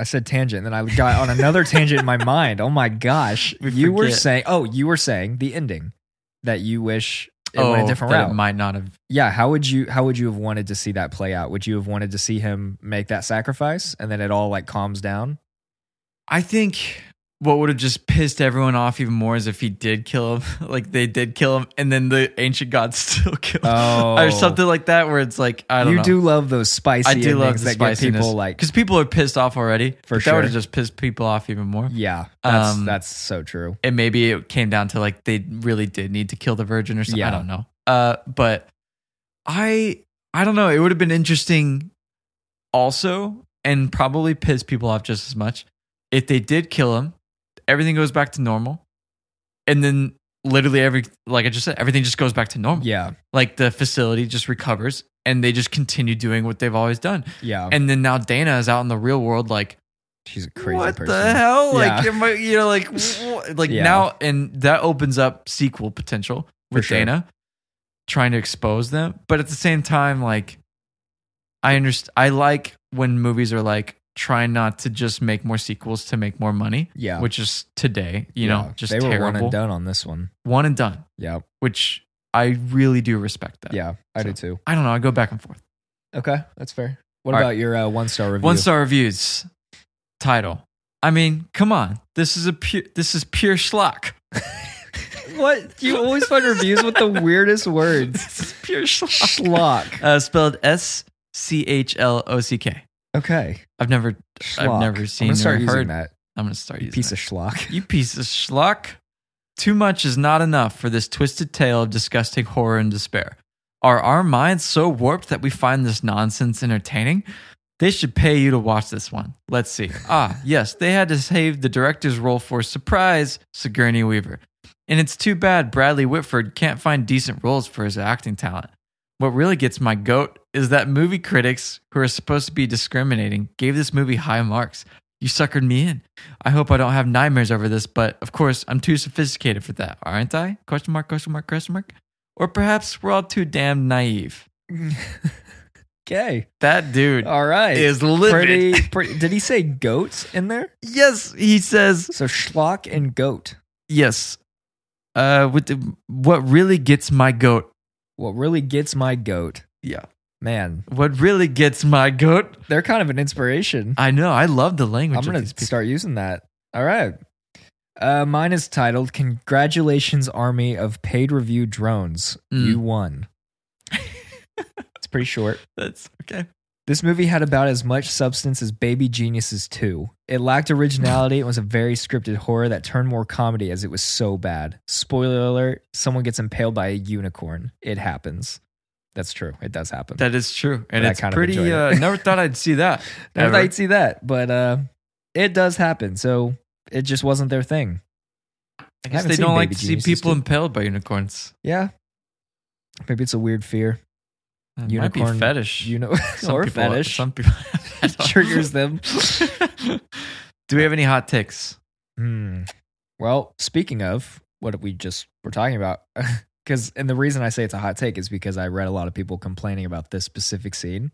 Speaker 8: I said tangent, and then I got on another tangent in my mind. Oh my gosh.
Speaker 1: We
Speaker 8: you were
Speaker 1: forget.
Speaker 8: saying, oh, you were saying the ending that you wish it went a different
Speaker 1: Oh, that
Speaker 8: route.
Speaker 1: it might not have
Speaker 8: yeah. How would you how would you have wanted to see that play out? Would you have wanted to see him make that sacrifice and then it all like calms down?
Speaker 1: i think what would have just pissed everyone off even more is if he did kill him like they did kill him and then the ancient gods still killed him
Speaker 8: Oh.
Speaker 1: or something like that where it's like i don't
Speaker 8: you
Speaker 1: know
Speaker 8: do love those spicy
Speaker 1: I do love
Speaker 8: endings
Speaker 1: the
Speaker 8: that get
Speaker 1: spiciness.
Speaker 8: people like
Speaker 1: because people are pissed off already.
Speaker 8: For
Speaker 1: but That would have
Speaker 8: sure.
Speaker 1: just pissed people off even more.
Speaker 8: Yeah. That's
Speaker 1: Um,
Speaker 8: that's so true.
Speaker 1: And maybe it came down to like they really did need to kill the virgin or something. I
Speaker 8: Yeah.
Speaker 1: don't know. Uh, but I I don't know. It would have been interesting, also, and probably pissed people off just as much if they did kill him. Everything goes back to normal, and then literally every like I just said, everything just goes back to normal.
Speaker 8: Yeah.
Speaker 1: Like the facility just recovers, and they just continue doing what they've always done.
Speaker 8: Yeah.
Speaker 1: And then now Dana is out in the real world, like
Speaker 8: she's a crazy
Speaker 1: what
Speaker 8: person.
Speaker 1: the hell? Like,
Speaker 8: Yeah.
Speaker 1: am I, you know, like, wh- like
Speaker 8: Yeah.
Speaker 1: now, and that opens up sequel potential with
Speaker 8: sure.
Speaker 1: Dana trying to expose them. But at the same time, like, I understand. I like when movies are like trying not to just make more sequels to make more money.
Speaker 8: Yeah.
Speaker 1: which is today. You know,
Speaker 8: Yeah,
Speaker 1: just
Speaker 8: they were
Speaker 1: terrible.
Speaker 8: one and done on this one.
Speaker 1: One and done,
Speaker 8: Yeah.
Speaker 1: Which I really do respect that.
Speaker 8: Yeah. I
Speaker 1: So-
Speaker 8: do too.
Speaker 1: I don't know. I go back and forth.
Speaker 8: Okay. That's fair. What
Speaker 1: All
Speaker 8: about
Speaker 1: right.
Speaker 8: your uh, one star review?
Speaker 1: One star reviews. Title. I mean, come on. This is a pure. This is pure schlock.
Speaker 8: What? You always find reviews with the weirdest words.
Speaker 1: This is pure schlock.
Speaker 8: Schlock.
Speaker 1: Uh, spelled S C H L O C K.
Speaker 8: Okay.
Speaker 1: I've never.
Speaker 8: Schlock.
Speaker 1: never
Speaker 8: I'm
Speaker 1: seen
Speaker 8: gonna start
Speaker 1: or
Speaker 8: using
Speaker 1: heard
Speaker 8: that.
Speaker 1: I'm gonna start
Speaker 8: You
Speaker 1: using
Speaker 8: piece
Speaker 1: that.
Speaker 8: of schlock.
Speaker 1: You piece of schlock. Too much is not enough for this twisted tale of disgusting horror and despair. Are our minds so warped that we find this nonsense entertaining? They should pay you to watch this one. Let's see. Ah, yes, they had to save the director's role for surprise Sigourney Weaver. And it's too bad Bradley Whitford can't find decent roles for his acting talent. What really gets my goat is that movie critics, who are supposed to be discriminating, gave this movie high marks. You suckered me in. I hope I don't have nightmares over this, but of course, I'm too sophisticated for that, aren't I? Question mark, question mark, question mark. Or perhaps we're all too damn naive.
Speaker 8: Okay.
Speaker 1: That dude
Speaker 8: All right.
Speaker 1: is livid.
Speaker 8: pretty, pretty. Did he say goat in there?
Speaker 1: Yes, he says
Speaker 8: So schlock and goat.
Speaker 1: yes. Uh, with the, what really gets my goat?
Speaker 8: What really gets my goat?
Speaker 1: Yeah.
Speaker 8: Man,
Speaker 1: What really gets my goat?
Speaker 8: they're kind of an inspiration.
Speaker 1: I know. I love the language.
Speaker 8: I'm
Speaker 1: of
Speaker 8: gonna
Speaker 1: these people.
Speaker 8: start using that. All right. Uh, mine is titled "Congratulations, Army of Paid Review Drones.
Speaker 1: Mm.
Speaker 8: You won." it's pretty short.
Speaker 1: That's okay.
Speaker 8: This movie had about as much substance as Baby Geniuses 2. It lacked originality. It was a very scripted horror that turned more comedy as it was so bad. Spoiler alert: someone gets impaled by a unicorn. It happens. That's true. It does happen.
Speaker 1: That is true, and
Speaker 8: But I
Speaker 1: it's
Speaker 8: kind of
Speaker 1: pretty.
Speaker 8: enjoyed
Speaker 1: uh,
Speaker 8: it.
Speaker 1: never thought I'd see that.
Speaker 8: Never
Speaker 1: ever.
Speaker 8: thought you'd see that, but uh, it does happen. So it just wasn't their thing.
Speaker 1: I guess
Speaker 8: haven't
Speaker 1: they
Speaker 8: seen
Speaker 1: don't like
Speaker 8: Baby
Speaker 1: to see
Speaker 8: Geniuses,
Speaker 1: people
Speaker 8: dude.
Speaker 1: impaled by unicorns.
Speaker 8: Yeah. Maybe it's a weird fear.
Speaker 1: It might
Speaker 8: Unicorn
Speaker 1: be fetish.
Speaker 8: You know,
Speaker 1: Some
Speaker 8: or
Speaker 1: people-
Speaker 8: fetish.
Speaker 1: Some people I don't-
Speaker 8: triggers them.
Speaker 1: Do we have any hot takes?
Speaker 8: Hmm. Well, speaking of what we just were talking about, because and the reason I say it's a hot take is because I read a lot of people complaining about this specific scene,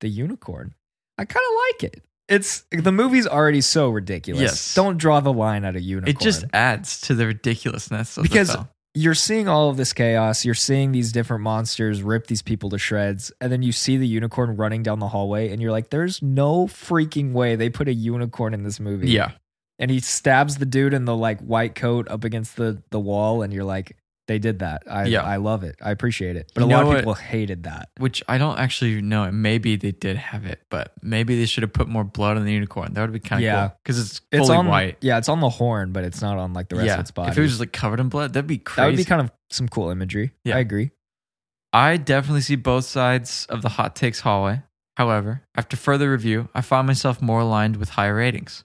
Speaker 8: the unicorn. I kind of like it. It's the movie's already so ridiculous.
Speaker 1: Yes.
Speaker 8: Don't draw the line at a unicorn.
Speaker 1: It just adds to the ridiculousness of
Speaker 8: because
Speaker 1: the film.
Speaker 8: you're seeing all of this chaos, you're seeing these different monsters rip these people to shreds, and then you see the unicorn running down the hallway and you're like there's no freaking way they put a unicorn in this movie.
Speaker 1: Yeah.
Speaker 8: and he stabs the dude in the like white coat up against the the wall and you're like they did that i
Speaker 1: Yeah.
Speaker 8: i love it i appreciate it but
Speaker 1: You
Speaker 8: a lot
Speaker 1: know
Speaker 8: of
Speaker 1: what-
Speaker 8: people hated that
Speaker 1: Which I don't actually know. Maybe they did have it, but maybe they should have put more blood on the unicorn. That would be kind of
Speaker 8: Yeah.
Speaker 1: cool because it's fully
Speaker 8: it's on
Speaker 1: white.
Speaker 8: yeah it's on the horn but it's not on like the rest of its body
Speaker 1: If it was just like covered in blood, that'd be crazy.
Speaker 8: that would be kind of some cool imagery
Speaker 1: Yeah.
Speaker 8: i agree
Speaker 1: I definitely see both sides of the hot takes hallway. However, after further review, I find myself more aligned with higher ratings.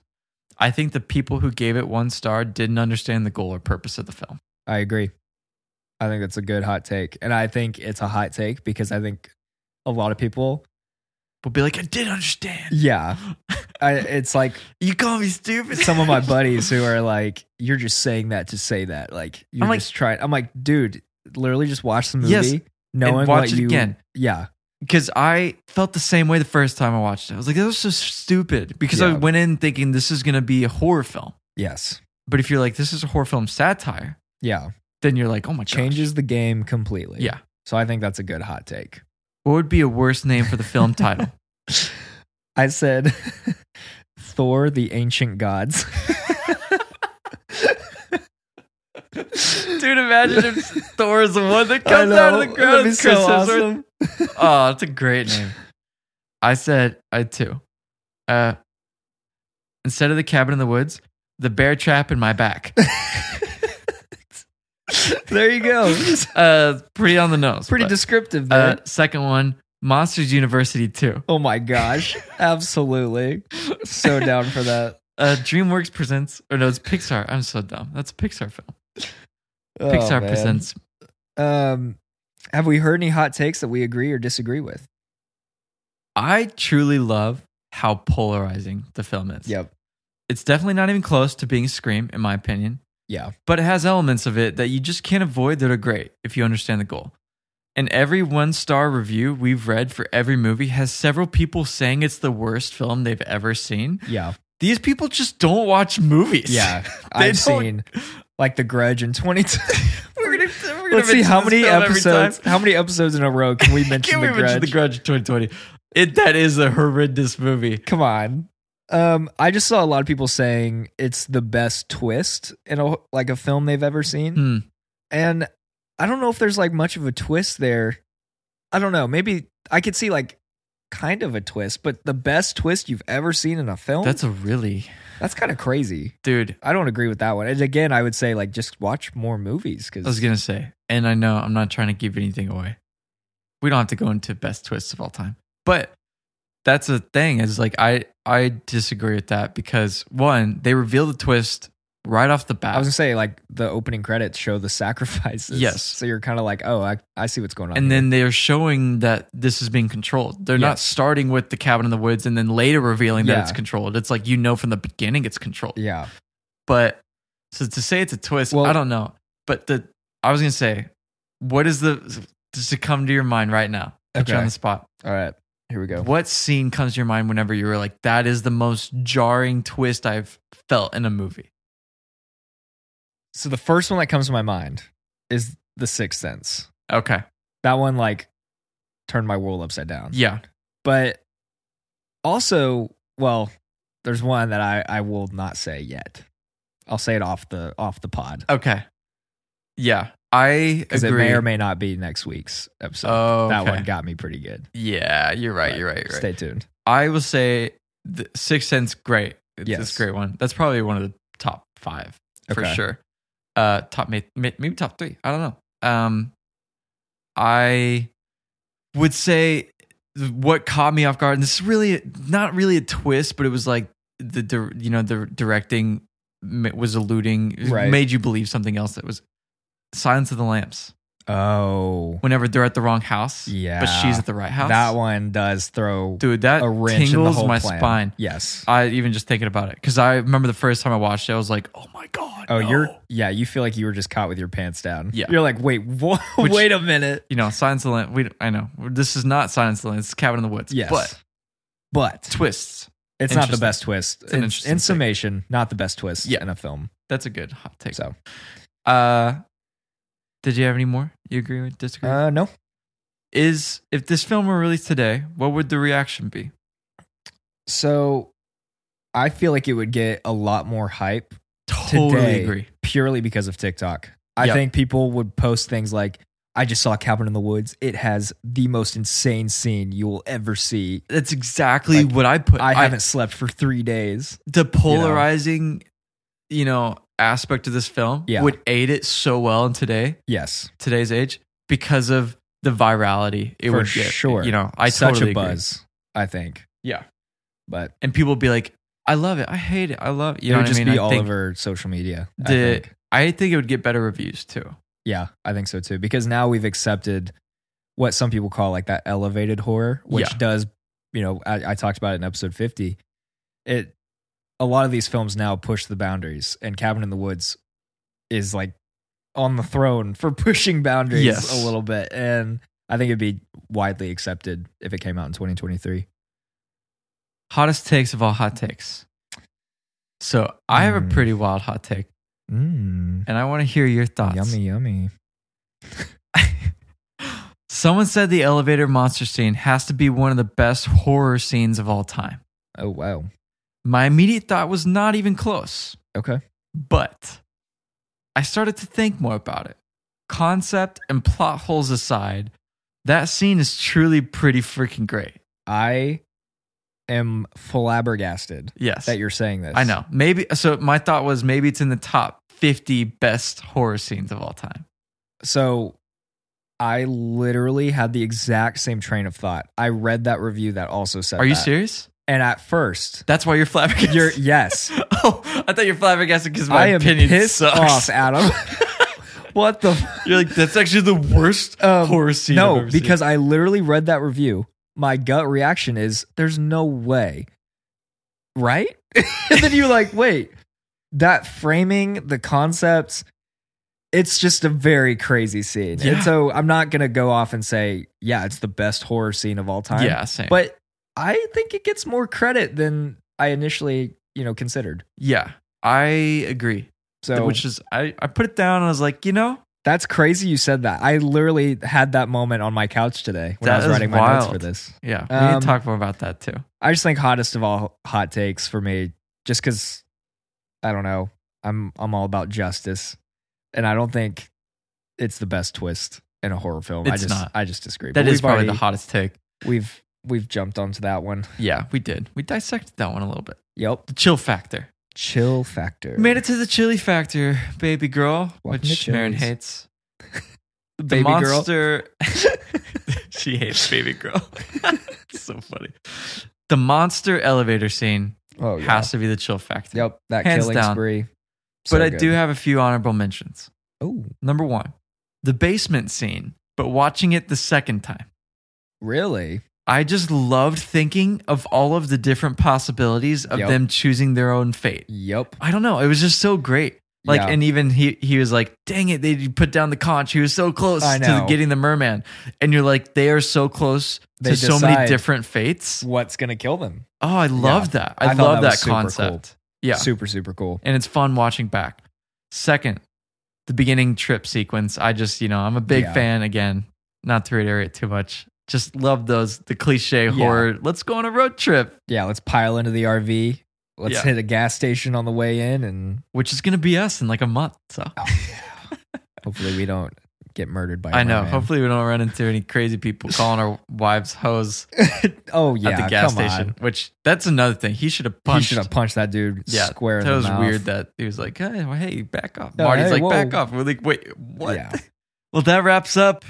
Speaker 1: I think the people who gave it one star didn't understand the goal or purpose of the film.
Speaker 8: i agree i think that's a good hot take and i think it's a hot take because i think a lot of people
Speaker 1: But be like, I did understand.
Speaker 8: yeah I, it's like
Speaker 1: You call me stupid.
Speaker 8: some of my buddies who are like, "You're just saying that to say that." Like you're
Speaker 1: I'm like-
Speaker 8: just trying. I'm like, dude, literally just watch the movie,
Speaker 1: Yes,
Speaker 8: knowing
Speaker 1: and watch
Speaker 8: what
Speaker 1: it
Speaker 8: you.
Speaker 1: again.
Speaker 8: Yeah,
Speaker 1: because I felt the same way the first time I watched it. I was like, that was so stupid because I
Speaker 8: Yeah.
Speaker 1: went in thinking this is going to be a horror film.
Speaker 8: yes,
Speaker 1: But if you're like, this is a horror film satire,
Speaker 8: yeah.
Speaker 1: then you're like, oh my gosh.
Speaker 8: Changes the game completely.
Speaker 1: Yeah.
Speaker 8: So I think that's a good hot take.
Speaker 1: What would be a worse name for the film title?
Speaker 8: I said, Thor: The Ancient Gods.
Speaker 1: Dude, imagine if Thor is the one that
Speaker 8: I
Speaker 1: comes out of the
Speaker 8: know.
Speaker 1: ground.
Speaker 8: That'd be
Speaker 1: Chris
Speaker 8: so
Speaker 1: Hemsworth.
Speaker 8: awesome.
Speaker 1: Oh, that's a great name. I said I too. Uh, instead of the cabin in the woods, the bear trap in my back.
Speaker 8: there you go.
Speaker 1: Uh, pretty on the nose.
Speaker 8: Pretty
Speaker 1: but-
Speaker 8: descriptive. There.
Speaker 1: Uh, second one, Monsters University two.
Speaker 8: oh my gosh! Absolutely, so down for that.
Speaker 1: Uh, DreamWorks presents, or no, it's Pixar. I'm so dumb. That's a Pixar film.
Speaker 8: Oh,
Speaker 1: Pixar
Speaker 8: man.
Speaker 1: presents.
Speaker 8: Um, have we heard any hot takes that we agree or disagree with?
Speaker 1: I truly love how polarizing the film is.
Speaker 8: Yep.
Speaker 1: It's definitely not even close to being Scream, in my opinion.
Speaker 8: Yeah.
Speaker 1: but it has elements of it that you just can't avoid that are great if you understand the goal. And every one star review we've read for every movie has several people saying it's the worst film they've ever seen.
Speaker 8: Yeah.
Speaker 1: These people just don't watch movies.
Speaker 8: Yeah.
Speaker 1: They
Speaker 8: I've
Speaker 1: don't-
Speaker 8: seen like The Grudge in 22.
Speaker 1: We're gonna- we're gonna
Speaker 8: Let's see
Speaker 1: mention
Speaker 8: how
Speaker 1: this
Speaker 8: many
Speaker 1: film every
Speaker 8: episodes,
Speaker 1: time.
Speaker 8: how many episodes in a row can we mention,
Speaker 1: Can
Speaker 8: the,
Speaker 1: we
Speaker 8: grudge?
Speaker 1: mention The Grudge 2020? It that is a horrendous movie.
Speaker 8: Come on. Um, I just saw a lot of people saying it's the best twist in a like a film they've ever seen.
Speaker 1: Hmm.
Speaker 8: and I don't know if there's like much of a twist there. I don't know. Maybe I could see like kind of a twist, but the best twist you've ever seen in a film.
Speaker 1: That's a really
Speaker 8: that's kind of crazy.
Speaker 1: dude.
Speaker 8: I don't agree with that one. And again, I would say like just watch more movies
Speaker 1: I was
Speaker 8: because
Speaker 1: gonna say, and I know I'm not trying to give anything away. We don't have to go into best twists of all time, but that's the thing is like I I disagree with that because one they reveal the twist right off the bat.
Speaker 8: I was gonna say like the opening credits show the sacrifices.
Speaker 1: Yes.
Speaker 8: so you're kind of like, oh, I, I see what's going on.
Speaker 1: and
Speaker 8: here.
Speaker 1: then they're showing that this is being controlled. They're not
Speaker 8: Yes.
Speaker 1: starting with the cabin in the woods and then later revealing that
Speaker 8: Yeah.
Speaker 1: it's controlled. It's like you know from the beginning it's controlled.
Speaker 8: yeah,
Speaker 1: But so to say it's a twist,
Speaker 8: Well-
Speaker 1: I don't know. But the I was gonna say, what is the just to come to your mind right now? Put you
Speaker 8: Okay.
Speaker 1: on the spot.
Speaker 8: all right, here we go.
Speaker 1: What scene comes to your mind whenever you were like, that is the most jarring twist I've felt in a movie?
Speaker 8: So the first one that comes to my mind is The Sixth Sense.
Speaker 1: Okay.
Speaker 8: That one like turned my world upside down.
Speaker 1: Yeah.
Speaker 8: but also well there's one that i i will not say yet i'll say it off the off the pod
Speaker 1: Okay. Yeah. I
Speaker 8: because
Speaker 1: agree.
Speaker 8: it may or may not be next week's episode
Speaker 1: Oh,
Speaker 8: that
Speaker 1: okay.
Speaker 8: one got me pretty good
Speaker 1: Yeah, you're right.
Speaker 8: But
Speaker 1: You're right. You're right.
Speaker 8: stay tuned
Speaker 1: I will say the Sixth Sense, great. It's
Speaker 8: Yes.
Speaker 1: it's a great one. That's probably one of the top five for
Speaker 8: Okay.
Speaker 1: sure. Uh, top may- may- maybe top three. I don't know. Um, I would say th- what caught me off guard. And this is really not really a twist, but it was like the dir- you know the directing ma- was alluding
Speaker 8: Right.
Speaker 1: made you believe something else that was Silence of the Lambs.
Speaker 8: Oh,
Speaker 1: whenever they're at the wrong house.
Speaker 8: yeah.
Speaker 1: But she's at the right house.
Speaker 8: That one does throw
Speaker 1: Dude, that
Speaker 8: a wrench in the
Speaker 1: tingles
Speaker 8: whole
Speaker 1: my
Speaker 8: plan.
Speaker 1: spine.
Speaker 8: Yes.
Speaker 1: I even just thinking about it because I remember the first time I watched it, I was like, "Oh my god!"
Speaker 8: Oh,
Speaker 1: no."
Speaker 8: you're yeah. You feel like you were just caught with your pants down.
Speaker 1: Yeah.
Speaker 8: You're like, wait, what?
Speaker 1: Which-
Speaker 8: wait a minute.
Speaker 1: you know, Silence of the Lamb. We I know this is not Silence of the Lamb. It's Cabin in the Woods.
Speaker 8: Yes.
Speaker 1: but
Speaker 8: But
Speaker 1: twists.
Speaker 8: it's not the
Speaker 1: interesting.
Speaker 8: best twist.
Speaker 1: an
Speaker 8: In-
Speaker 1: interesting
Speaker 8: in
Speaker 1: take.
Speaker 8: summation, not the best twist
Speaker 1: Yeah.
Speaker 8: in a film.
Speaker 1: That's a good hot take.
Speaker 8: So,
Speaker 1: Uh, did you have any more? You agree with disagree?
Speaker 8: uh, no.
Speaker 1: is if this film were released today, what would the reaction be?
Speaker 8: So, I feel like it would get a lot more hype
Speaker 1: Totally
Speaker 8: Today.
Speaker 1: agree.
Speaker 8: purely because of TikTok. I
Speaker 1: Yep.
Speaker 8: think people would post things like, I just saw Cabin in the Woods. It has the most insane scene you will ever see.
Speaker 1: That's exactly
Speaker 8: Like,
Speaker 1: what I put.
Speaker 8: I haven't slept for three days.
Speaker 1: the polarizing, you know, aspect of this film
Speaker 8: Yeah.
Speaker 1: would aid it so well in today
Speaker 8: Yes.
Speaker 1: today's age because of the virality it
Speaker 8: for
Speaker 1: would get.
Speaker 8: sure.
Speaker 1: You know, I
Speaker 8: Such
Speaker 1: totally
Speaker 8: a
Speaker 1: agree.
Speaker 8: buzz, I think.
Speaker 1: Yeah.
Speaker 8: But
Speaker 1: and people would be like, "I love it. I hate it. I love it." You
Speaker 8: it
Speaker 1: know
Speaker 8: would
Speaker 1: what
Speaker 8: just
Speaker 1: I mean?
Speaker 8: be
Speaker 1: I
Speaker 8: all
Speaker 1: think
Speaker 8: over social media. I
Speaker 1: the-
Speaker 8: think.
Speaker 1: I think it would get better reviews too.
Speaker 8: Yeah, I think so too. Because now we've accepted what some people call like that elevated horror, which
Speaker 1: Yeah.
Speaker 8: does, you know, I, I talked about it in episode 50. It, a lot of these films now push the boundaries, and Cabin in the Woods is like on the throne for pushing boundaries
Speaker 1: Yes.
Speaker 8: a little bit. And I think it'd be widely accepted if it came out in 2023.
Speaker 1: Hottest takes of all hot takes. So I have a
Speaker 8: Mm.
Speaker 1: pretty wild hot take,
Speaker 8: Mm,
Speaker 1: and I want to hear your thoughts.
Speaker 8: yummy, yummy.
Speaker 1: Someone said the elevator monster scene has to be one of the best horror scenes of all time.
Speaker 8: Oh, wow.
Speaker 1: My immediate thought was not even close,
Speaker 8: Okay.
Speaker 1: but I started to think more about it. Concept and plot holes aside, that scene is truly pretty freaking great.
Speaker 8: I am flabbergasted
Speaker 1: Yes.
Speaker 8: that you're saying this.
Speaker 1: I know. Maybe so my thought was maybe it's in the top 50 best horror scenes of all time.
Speaker 8: So I literally had the exact same train of thought. I read that review that also said
Speaker 1: Are you
Speaker 8: that.
Speaker 1: serious?
Speaker 8: And at first,
Speaker 1: That's why you're flabbergasted.
Speaker 8: you're yes.
Speaker 1: oh, I thought you're flabbergasted because my
Speaker 8: I am
Speaker 1: opinion
Speaker 8: pissed
Speaker 1: sucks.
Speaker 8: off, Adam. what the f-
Speaker 1: You're like, that's actually the worst
Speaker 8: Um,
Speaker 1: horror scene. I've
Speaker 8: No,
Speaker 1: ever seen."
Speaker 8: because I literally read that review. My gut reaction is there's no way. Right? and then you're like, wait, that framing, the concepts, it's just a very crazy scene.
Speaker 1: Yeah.
Speaker 8: And so I'm not gonna go off and say, yeah, it's the best horror scene of all time.
Speaker 1: yeah, same. But
Speaker 8: But I think it gets more credit than I initially, you know, considered.
Speaker 1: yeah, I agree.
Speaker 8: So
Speaker 1: Which is, I, I put it down and I was like, you know,
Speaker 8: that's crazy you said that. I literally had that moment on my couch today when
Speaker 1: That
Speaker 8: I was
Speaker 1: is
Speaker 8: writing my notes
Speaker 1: wild.
Speaker 8: for this.
Speaker 1: yeah, we need
Speaker 8: Um,
Speaker 1: to talk more about that too.
Speaker 8: I just think hottest of all hot takes for me, just because I don't know. I'm I'm all about justice, and I don't think it's the best twist in a horror film. I
Speaker 1: It's
Speaker 8: just
Speaker 1: not.
Speaker 8: I just disagree.
Speaker 1: That
Speaker 8: But
Speaker 1: is
Speaker 8: we've
Speaker 1: probably the
Speaker 8: already-
Speaker 1: hottest take.
Speaker 8: We've we've jumped onto that one.
Speaker 1: Yeah, we did. We dissected that one a little bit.
Speaker 8: Yep.
Speaker 1: The chill factor.
Speaker 8: Chill factor.
Speaker 1: Made it to the chili factor, baby girl,
Speaker 8: Welcome to
Speaker 1: which Marin
Speaker 8: Chili's.
Speaker 1: hates. The
Speaker 8: Baby girl.
Speaker 1: monster, she hates baby girl. It's so funny. The monster elevator scene
Speaker 8: Oh yeah.
Speaker 1: has to be the chill factor.
Speaker 8: Yep. That
Speaker 1: Hands
Speaker 8: killing
Speaker 1: down.
Speaker 8: spree.
Speaker 1: but
Speaker 8: So
Speaker 1: I
Speaker 8: good.
Speaker 1: do have a few honorable mentions.
Speaker 8: Oh
Speaker 1: Number one, the basement scene, but watching it the second time.
Speaker 8: really?
Speaker 1: I just loved thinking of all of the different possibilities of
Speaker 8: Yep.
Speaker 1: them choosing their own fate.
Speaker 8: Yep.
Speaker 1: I don't know. It was just so great. Like,
Speaker 8: Yeah.
Speaker 1: and even he he was like, "Dang it, they put down the conch." He was so close
Speaker 8: I
Speaker 1: to
Speaker 8: know.
Speaker 1: getting the merman, and you're like, they are so close
Speaker 8: They
Speaker 1: to so many
Speaker 8: decide.
Speaker 1: different fates.
Speaker 8: What's gonna kill them?
Speaker 1: Oh, I love that. I,
Speaker 8: I thought
Speaker 1: love
Speaker 8: that
Speaker 1: that,
Speaker 8: was super cool.
Speaker 1: concept. Yeah,
Speaker 8: Super super cool.
Speaker 1: and it's fun watching back. Second, the beginning trip sequence. I just you know I'm a big
Speaker 8: Yeah.
Speaker 1: fan again. Not to reiterate too much. Just love those the cliche horror. Let's go on a road trip,
Speaker 8: Yeah. Let's pile into the RV. Let's
Speaker 1: Yeah.
Speaker 8: hit a gas station on the way in and
Speaker 1: which is gonna be us in like a month. So
Speaker 8: Hopefully, we don't get murdered by. a
Speaker 1: I know.
Speaker 8: merman.
Speaker 1: Hopefully, we don't run into any crazy people calling our wives hoes
Speaker 8: oh yeah,
Speaker 1: at the gas
Speaker 8: come
Speaker 1: station.
Speaker 8: On.
Speaker 1: Which that's another thing. He should have
Speaker 8: He
Speaker 1: punched.
Speaker 8: should have punched that dude
Speaker 1: yeah,
Speaker 8: square in
Speaker 1: that
Speaker 8: the
Speaker 1: was
Speaker 8: mouth.
Speaker 1: weird. That he was like, "Hey, well, hey back off."
Speaker 8: Yeah,
Speaker 1: Marty's
Speaker 8: hey,
Speaker 1: like, "Back
Speaker 8: whoa."
Speaker 1: off." We're like, "Wait, what?"
Speaker 8: Yeah.
Speaker 1: Well, that wraps up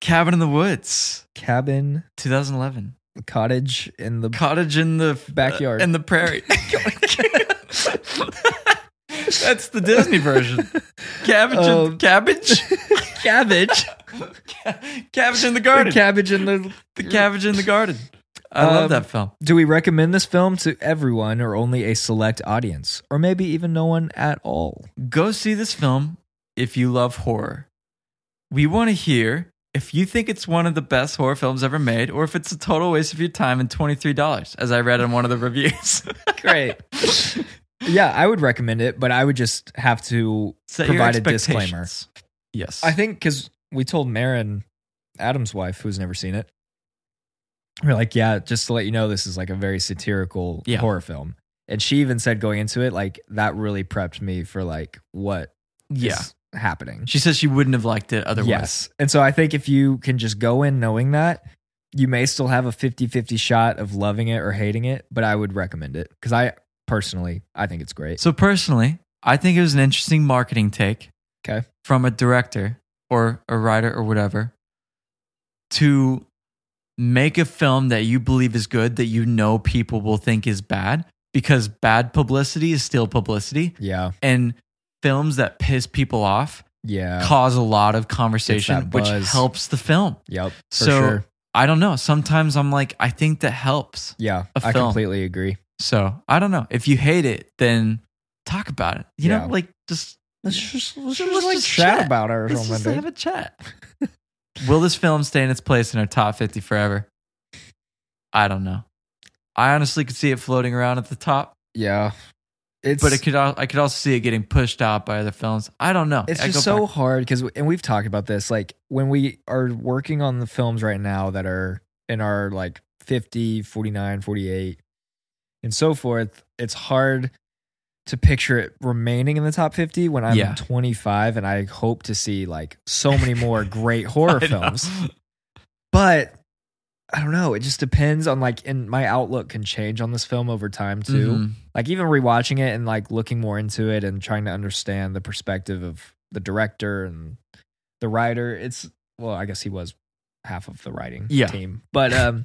Speaker 1: Cabin in the Woods,
Speaker 8: Cabin
Speaker 1: 2011.
Speaker 8: cottage in the
Speaker 1: Cottage in the
Speaker 8: Backyard.
Speaker 1: in the prairie. That's the Disney version. Cabbage,
Speaker 8: Um,
Speaker 1: and, cabbage,
Speaker 8: cabbage.
Speaker 1: cabbage in the garden.
Speaker 8: cabbage in the.
Speaker 1: the cabbage in the garden. I love
Speaker 8: Um,
Speaker 1: that film.
Speaker 8: Do we recommend this film to everyone or only a select audience? Or maybe even no one at all?
Speaker 1: Go see this film if you love horror. We want to hear if you think it's one of the best horror films ever made, or if it's a total waste of your time and twenty three dollars, as I read in one of the reviews.
Speaker 8: Great. yeah, I would recommend it, but I would just have to
Speaker 1: Set your
Speaker 8: provide a disclaimer.
Speaker 1: expectations. Yes,
Speaker 8: I think because we told Marin, Adam's wife, who's never seen it, we're like, yeah, just to let you know, this is like a very satirical
Speaker 1: Yeah.
Speaker 8: horror film. And she even said going into it, like that really prepped me for like what is
Speaker 1: yeah.
Speaker 8: happening.
Speaker 1: She says she wouldn't have liked it otherwise.
Speaker 8: Yes. And so I think if you can just go in knowing that, you may still have a 50-50 shot of loving it or hating it, but I would recommend it because I personally, I think it's great.
Speaker 1: So personally, I think it was an interesting marketing take.
Speaker 8: Okay.
Speaker 1: From a director or a writer or whatever to make a film that you believe is good that you know people will think is bad because bad publicity is still publicity
Speaker 8: Yeah.
Speaker 1: and films that piss people off
Speaker 8: Yeah.
Speaker 1: cause a lot of conversation
Speaker 8: that
Speaker 1: which
Speaker 8: buzz.
Speaker 1: helps the film.
Speaker 8: Yep. For
Speaker 1: so
Speaker 8: sure.
Speaker 1: I don't know. Sometimes I'm like I think that helps.
Speaker 8: Yeah.
Speaker 1: a
Speaker 8: I
Speaker 1: film.
Speaker 8: completely agree.
Speaker 1: So I don't know. If you hate it, then talk about it. You
Speaker 8: Yeah.
Speaker 1: know, like just
Speaker 8: Let's
Speaker 1: just
Speaker 8: Let's
Speaker 1: let's
Speaker 8: just like
Speaker 1: just
Speaker 8: chat,
Speaker 1: chat.
Speaker 8: about it or
Speaker 1: let's
Speaker 8: something.
Speaker 1: just
Speaker 8: dude.
Speaker 1: have a chat. Will this film stay in its place in our top fifty forever? I don't know. I honestly could see it floating around at the top,
Speaker 8: yeah. It's
Speaker 1: but it could. al- I could also see it getting pushed out by other films. I don't know.
Speaker 8: it's
Speaker 1: I
Speaker 8: just
Speaker 1: go
Speaker 8: so
Speaker 1: back-
Speaker 8: hard because and we've talked about this like when we are working on the films right now that are in our like 50 49 48 and so forth it's hard to picture it remaining in the top 50 when i'm
Speaker 1: Yeah.
Speaker 8: 25 and i hope to see like so many more great horror
Speaker 1: I know.
Speaker 8: films but i don't know it just depends on like and my outlook can change on this film over time too
Speaker 1: Mhm.
Speaker 8: like even rewatching it and like looking more into it and trying to understand the perspective of the director and the writer it's well i guess he was half of the writing
Speaker 1: Yeah.
Speaker 8: team but um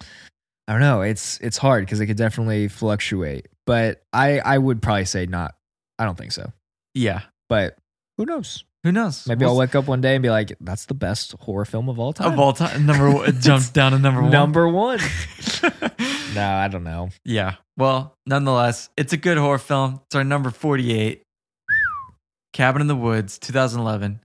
Speaker 8: i don't know it's it's hard because it could definitely fluctuate but i i would probably say not i don't think so
Speaker 1: Yeah.
Speaker 8: but who knows
Speaker 1: Who knows?
Speaker 8: maybe i'll wake up one day and be like that's the best horror film of all time
Speaker 1: Of all time, number one, jumped down to number one.
Speaker 8: number one no i don't know
Speaker 1: Yeah. Well, nonetheless, it's a good horror film. It's our number 48, Cabin in the Woods, 2011.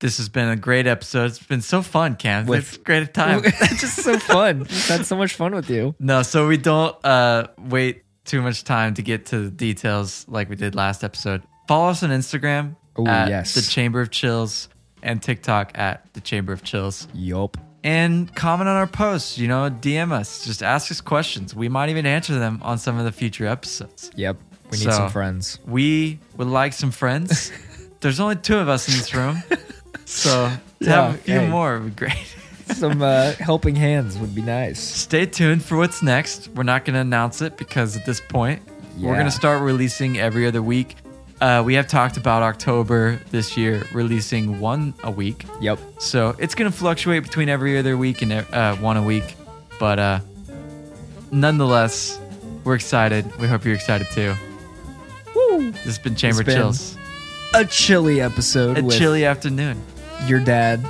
Speaker 1: This has been a great episode. It's been so fun, Cam.
Speaker 8: With-
Speaker 1: it's a great time.
Speaker 8: it's just so fun just had so much fun with you
Speaker 1: no, so we don't uh, wait too much time to get to the details like we did last episode. Follow us on Instagram
Speaker 8: Ooh,
Speaker 1: at
Speaker 8: yes.
Speaker 1: the Chamber of Chills and TikTok at the Chamber of Chills.
Speaker 8: yup
Speaker 1: and comment on our posts. You know, DM us. Just ask us questions. We might even answer them on some of the future episodes.
Speaker 8: Yep. We need
Speaker 1: So-
Speaker 8: some friends.
Speaker 1: We would like some friends. There's only two of us in this room, so to
Speaker 8: Yeah,
Speaker 1: have a few
Speaker 8: hey.
Speaker 1: more would be great.
Speaker 8: Some uh, helping hands would be nice.
Speaker 1: Stay tuned for what's next. We're not going to announce it because at this point, we're
Speaker 8: Yeah.
Speaker 1: going to start releasing every other week. Uh, we have talked about October this year releasing one a week.
Speaker 8: Yep.
Speaker 1: So it's going to fluctuate between every other week and uh, one a week. But uh, nonetheless, we're excited. We hope you're excited too. Woo! This has been Chamber
Speaker 8: It's been
Speaker 1: Chills.
Speaker 8: A chilly episode
Speaker 1: A
Speaker 8: with
Speaker 1: chilly afternoon.
Speaker 8: your dad,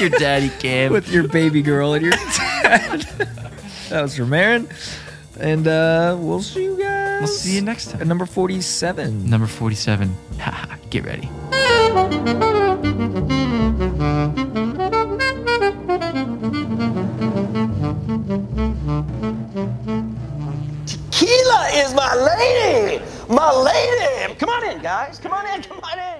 Speaker 1: Your daddy came.
Speaker 8: with your baby girl and your dad. that was from Aaron. And uh, we'll see you guys.
Speaker 1: we'll see you next time.
Speaker 8: at number 47.
Speaker 1: Number 47. Haha, Get ready.
Speaker 4: Tequila is my lady! My lady! Come on in, guys. Come on in. Come on in.